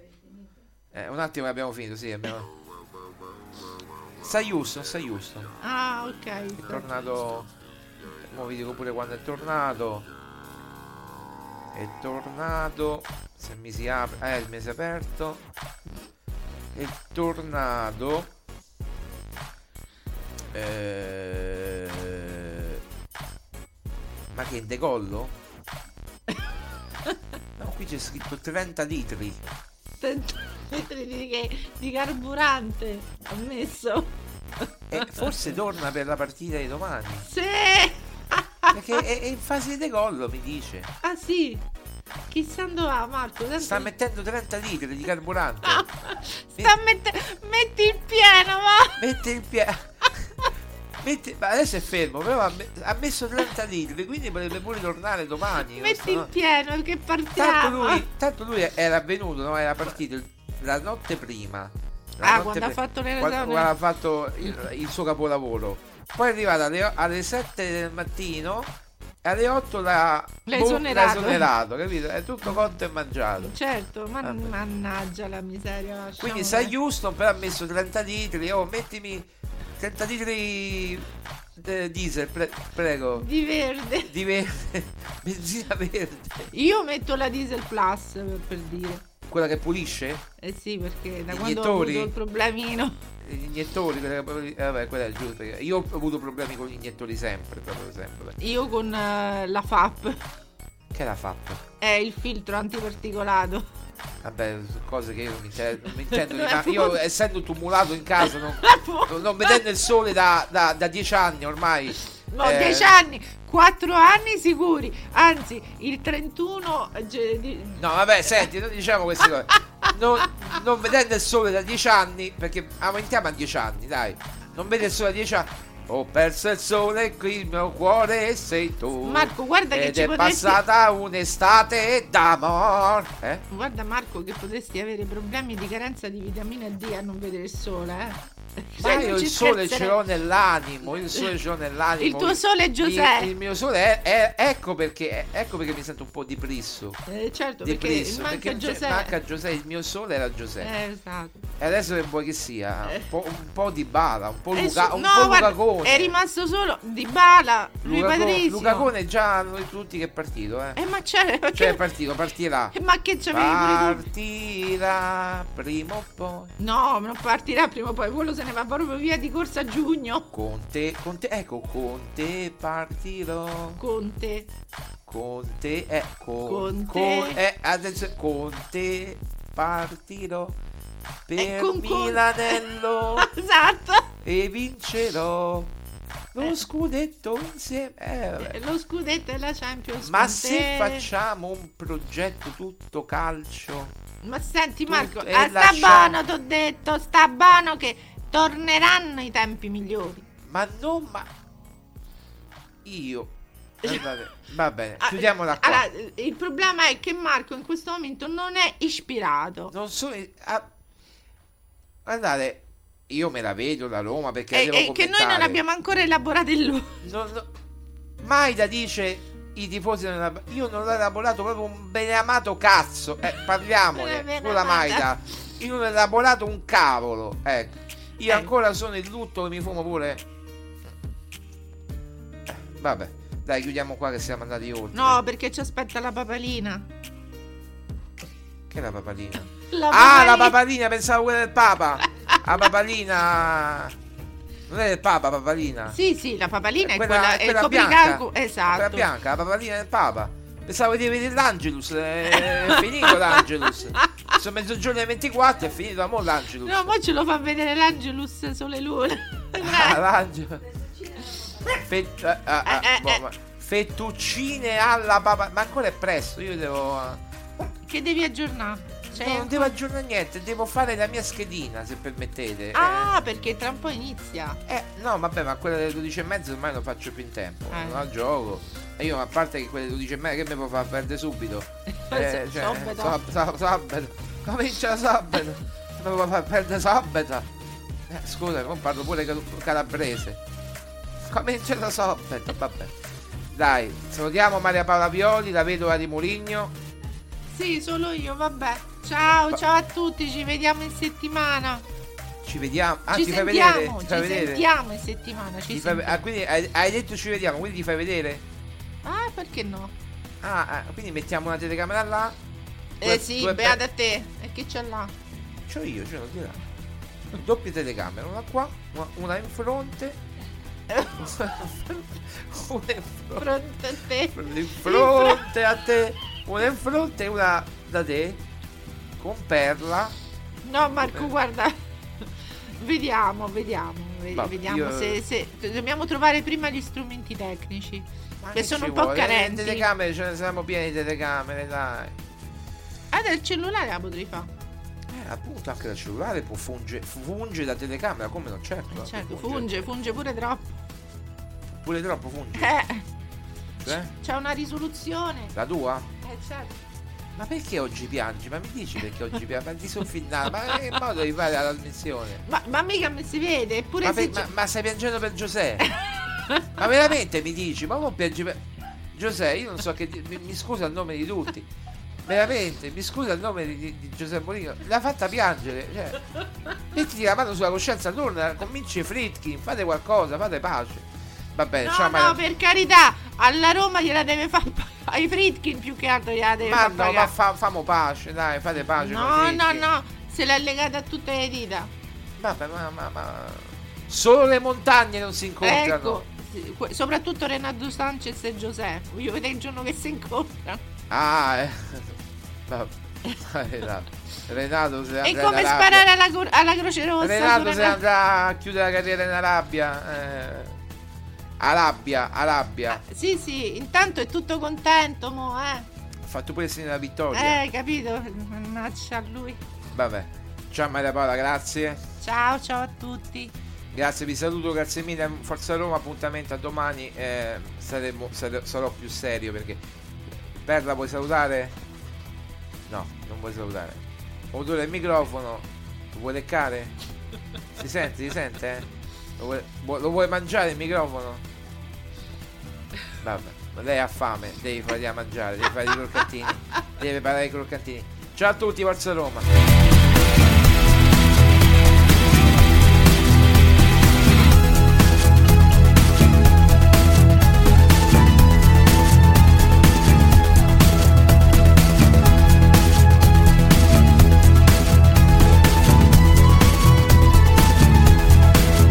Eh, un attimo che abbiamo finito, sì, abbiamo... Sta Houston, sta Houston. Ah, ok. È tornato... Mo vi dico pure quando è tornato. È tornato... Se mi si apre... Eh, il mese aperto. È tornato... Eh... Ma che è in decollo? No, qui c'è scritto 30 litri. 30 litri di, che- di carburante ho messo. E forse torna per la partita di domani. Sì! Perché è, è in fase di decollo, mi dice. Ah sì! Chissà dove va Marco, tanto- Sta mettendo 30 litri di carburante. Ah. sta mette- metti il pieno, ma Mette il piede. Mette... Ma adesso è fermo, però ha, me- ha messo 30 litri, quindi potrebbe pure tornare domani. non so, metti ah. il no? pieno che Tanto partiamo. lui, tanto lui era venuto, no? era partito il- la notte prima. La Ah, notte quando ha fatto le quando- ragioni. quando ha fatto il, il suo capolavoro. Poi è arrivata alle, alle 7 del mattino e alle 8 l'ha, L'ha boh, esonerato. esonerato, capito? È tutto cotto e mangiato. Certo, ma Vabbè. mannaggia la miseria. lasciamo Quindi sai perdere. Houston però ha messo 30 litri, oh mettimi 30 litri eh, diesel, pre- prego, di verde. di verde, benzina verde. Io metto la diesel plus per, per dire. Quella che pulisce? Eh sì, perché da Gli quando ho iniettori? avuto il problemino. Gli iniettori, quella che puli- eh, vabbè, quella è giusto. perché Io ho avuto problemi con gli iniettori sempre, proprio sempre. Io con eh, la FAP Che l'ha fatto? è il filtro antiparticolato. Vabbè, cose che io non mi, inter- non mi intendo, di- ma io essendo tumulato in casa, non, Ah, non, non vedendo il sole da, da, da 10 anni ormai. No, eh, 10 anni, 4 anni sicuri. Anzi, il 31 ge- di- No, vabbè, senti, noi diciamo queste cose. Non, non vedendo il sole da 10 anni, perché aumentiamo a 10 anni, dai. Non vede il sole da 10 anni. Ho perso il sole qui, il mio cuore sei tu. Marco, guarda che Ed ci è potresti- passata un'estate d'amor. Eh? Guarda Marco che potresti avere problemi di carenza di vitamina D a non vedere il sole, eh. Ma Cioè, io non ci il sole ce scherzerei. l'ho nell'animo, io il sole ce l'ho nell'animo. Il tuo sole è Il- Giuseppe. Il, mio sole è, è- ecco perché ecco perché mi sento un po' depresso. Eh, certo, perché Depresso, manca perché c'è- Giuseppe. manca Giuseppe, il mio sole era Giuseppe. Eh, esatto. E adesso che vuoi che sia? Un po', un po di bala, un po' Eh, Luca, su- un no, po' guarda, Lucacone. è rimasto solo Di Bala, lui Lucaco- Patrizio. Lucacone è già noi tutti che è partito, eh. Eh, ma c'è, ma Cioè è che- partito, partirà. eh, ma che c'avevi pure tu? Partirà prima o poi. No, non partirà prima o poi, quello se ne va proprio via di corsa a giugno. Con te, con te, ecco, con te partirò. Conte. Con te, eh, con, Con te. eh, adesso, con te partirò. per con Conte. Milanello esatto. e vincerò Eh. lo scudetto insieme. Eh, vabbè. Lo scudetto e la Champions Ma con se te. facciamo un progetto tutto calcio, Ma senti Marco, e ah, sta lasciamo- buono t'ho detto, sta buono che torneranno i tempi migliori. ma non ma io Guardate, va bene, Ah, chiudiamola qua. allora, il problema è che Marco in questo momento non è ispirato. Non so ah, guardate, io me la vedo la Roma perché E, la devo e Eh, che noi non commentare. abbiamo ancora elaborato il loro. Non, no- Maida dice i tifosi non elab- io non l'ho elaborato proprio un benamato cazzo. Eh, Una parliamone benamata. con la Maida. Io non ho elaborato un cavolo. Ecco. Io Eh. ancora sono il lutto che mi fumo pure. Eh, Vabbè, dai, chiudiamo qua che siamo andati oltre. No, perché ci aspetta la papalina. Che è la papalina? La ah, la papalina. papalina, pensavo quella del Papa. La papalina. Non è del Papa, papalina. Sì, sì, la papalina è Quella- quella, è è quella Copricacu- bianca. La esatto. bianca, la paparina del Papa. Pensavo di vedere l'Angelus, eh, è è finito l'Angelus. Sono mezzogiorno e 24, è finito la mo l'Angelus. No, ma ce lo fa vedere l'Angelus Sole e Luna. Ah, l'Angelus. Fet- ah, ah, ah, Eh, eh, boh, eh. ma- Fettuccine alla papa. Ma ancora è presto, io devo. Che devi aggiornare? Cioè, no, non devo aggiornare niente, devo fare la mia schedina, se permettete. Eh, Ah, perché tra un po' inizia. Eh, no, vabbè, ma quella delle 12 e mezza ormai non faccio più in tempo. Ah. Non la gioco. E io, a parte che quelle 12 e mezza, che mi può far perdere subito? So- Eh, cioè, sabato. sab- sab- sabato. Comincia sabato. Mi può far perdere sabato. Eh, scusa, non parlo pure cal- calabrese. Comincia da sabato, vabbè. Dai, salutiamo Maria Paola Violi, la vedova di Murigno. Sì, solo io, vabbè. Ciao, Va- ciao a tutti, ci vediamo in settimana. Ci vediamo. Ah, ci ti fai sentiamo, vedere? Ti ci fai vedere? sentiamo in settimana. Ci Ti fai- sentiamo. ah, quindi hai, hai detto ci vediamo, quindi ti fai vedere? Ah, perché no? Ah, ah, quindi mettiamo una telecamera là. Eh Due- sì, due pe- beata a te. E che c'è là? C'ho io, ce l'ho di là. Doppie telecamere, una qua, una, una in fronte. una in fronte. Pronto a te. In fronte a te. Una in fronte e una da te. Con perla. No, Marco, Vabbè. guarda. Vediamo, vediamo. ve- Ma vediamo io- se, se- dobbiamo trovare prima gli strumenti tecnici. Ma che ci sono un po' vuole? Le carenti. telecamere ce ne siamo pieni di telecamere, dai. Ah, del cellulare la potrei fare. Eh, appunto, anche dal cellulare può funge, funge da telecamera, come no, certo. Eh, può certo, fungere. funge, funge pure troppo. Pure troppo funge. Eh, eh? c'è una risoluzione. La tua? Eh, certo. Ma perché oggi piangi? Ma mi dici perché oggi piangi? Ma ti soffinare? Ma che modo di fare la trasmissione? Ma, ma mica mi si vede, eppure Ma, se per- c'è- ma- ma stai piangendo per Giuseppe? Ma veramente mi dici? Ma non piangi per. Giuseppe, io non so che. di- Mi, mi scusa il nome di tutti. Veramente, mi scusa il nome di, di- di Giuseppe Molino. L'ha fatta piangere. Cioè, mettiti la mano sulla coscienza, torna, cominci Fritkin, fate qualcosa, fate pace. Va bene, No, ciao no, Maria- per carità, alla Roma gliela deve fare ai Fritkin più che altro gliela deve Ma far no, ma pagare. fa- famo pace, dai, fate pace. No, con no, Fritkin. no, se l'ha legata a tutte le dita. Vabbè, ma, ma, ma- Solo le montagne non si incontrano. Ecco, sì, que- soprattutto Renato Sanchez e Giuseppe, voglio vedere il giorno che si incontrano. Ah, eh. Vabbè. Dai, Renato se È andrà come in Arabia. sparare alla, cor- alla Croce Rossa. su Renato Renato- se andrà a chiudere la carriera in Arabia. Eh. Arabia, Arabia. Sì, sì, intanto è tutto contento, mo, eh. Ha fatto pure il segno della vittoria. Eh, capito? Mannaggia a lui. Vabbè. Ciao Maria Paola, grazie. Ciao, ciao a tutti. Grazie, vi saluto, grazie mille. Forza Roma, appuntamento a domani. eh, saremo- sare- sarò più serio perché Perla vuoi salutare? No, non vuoi salutare. Odore il microfono. Lo vuoi leccare? Si sente, si sente? eh? Lo vuoi, vuo- lo vuoi mangiare il microfono? Vabbè, ma lei ha fame, devi fargli da mangiare, devi fare i croccantini. Devi preparare i croccantini. Ciao a tutti, Forza Roma.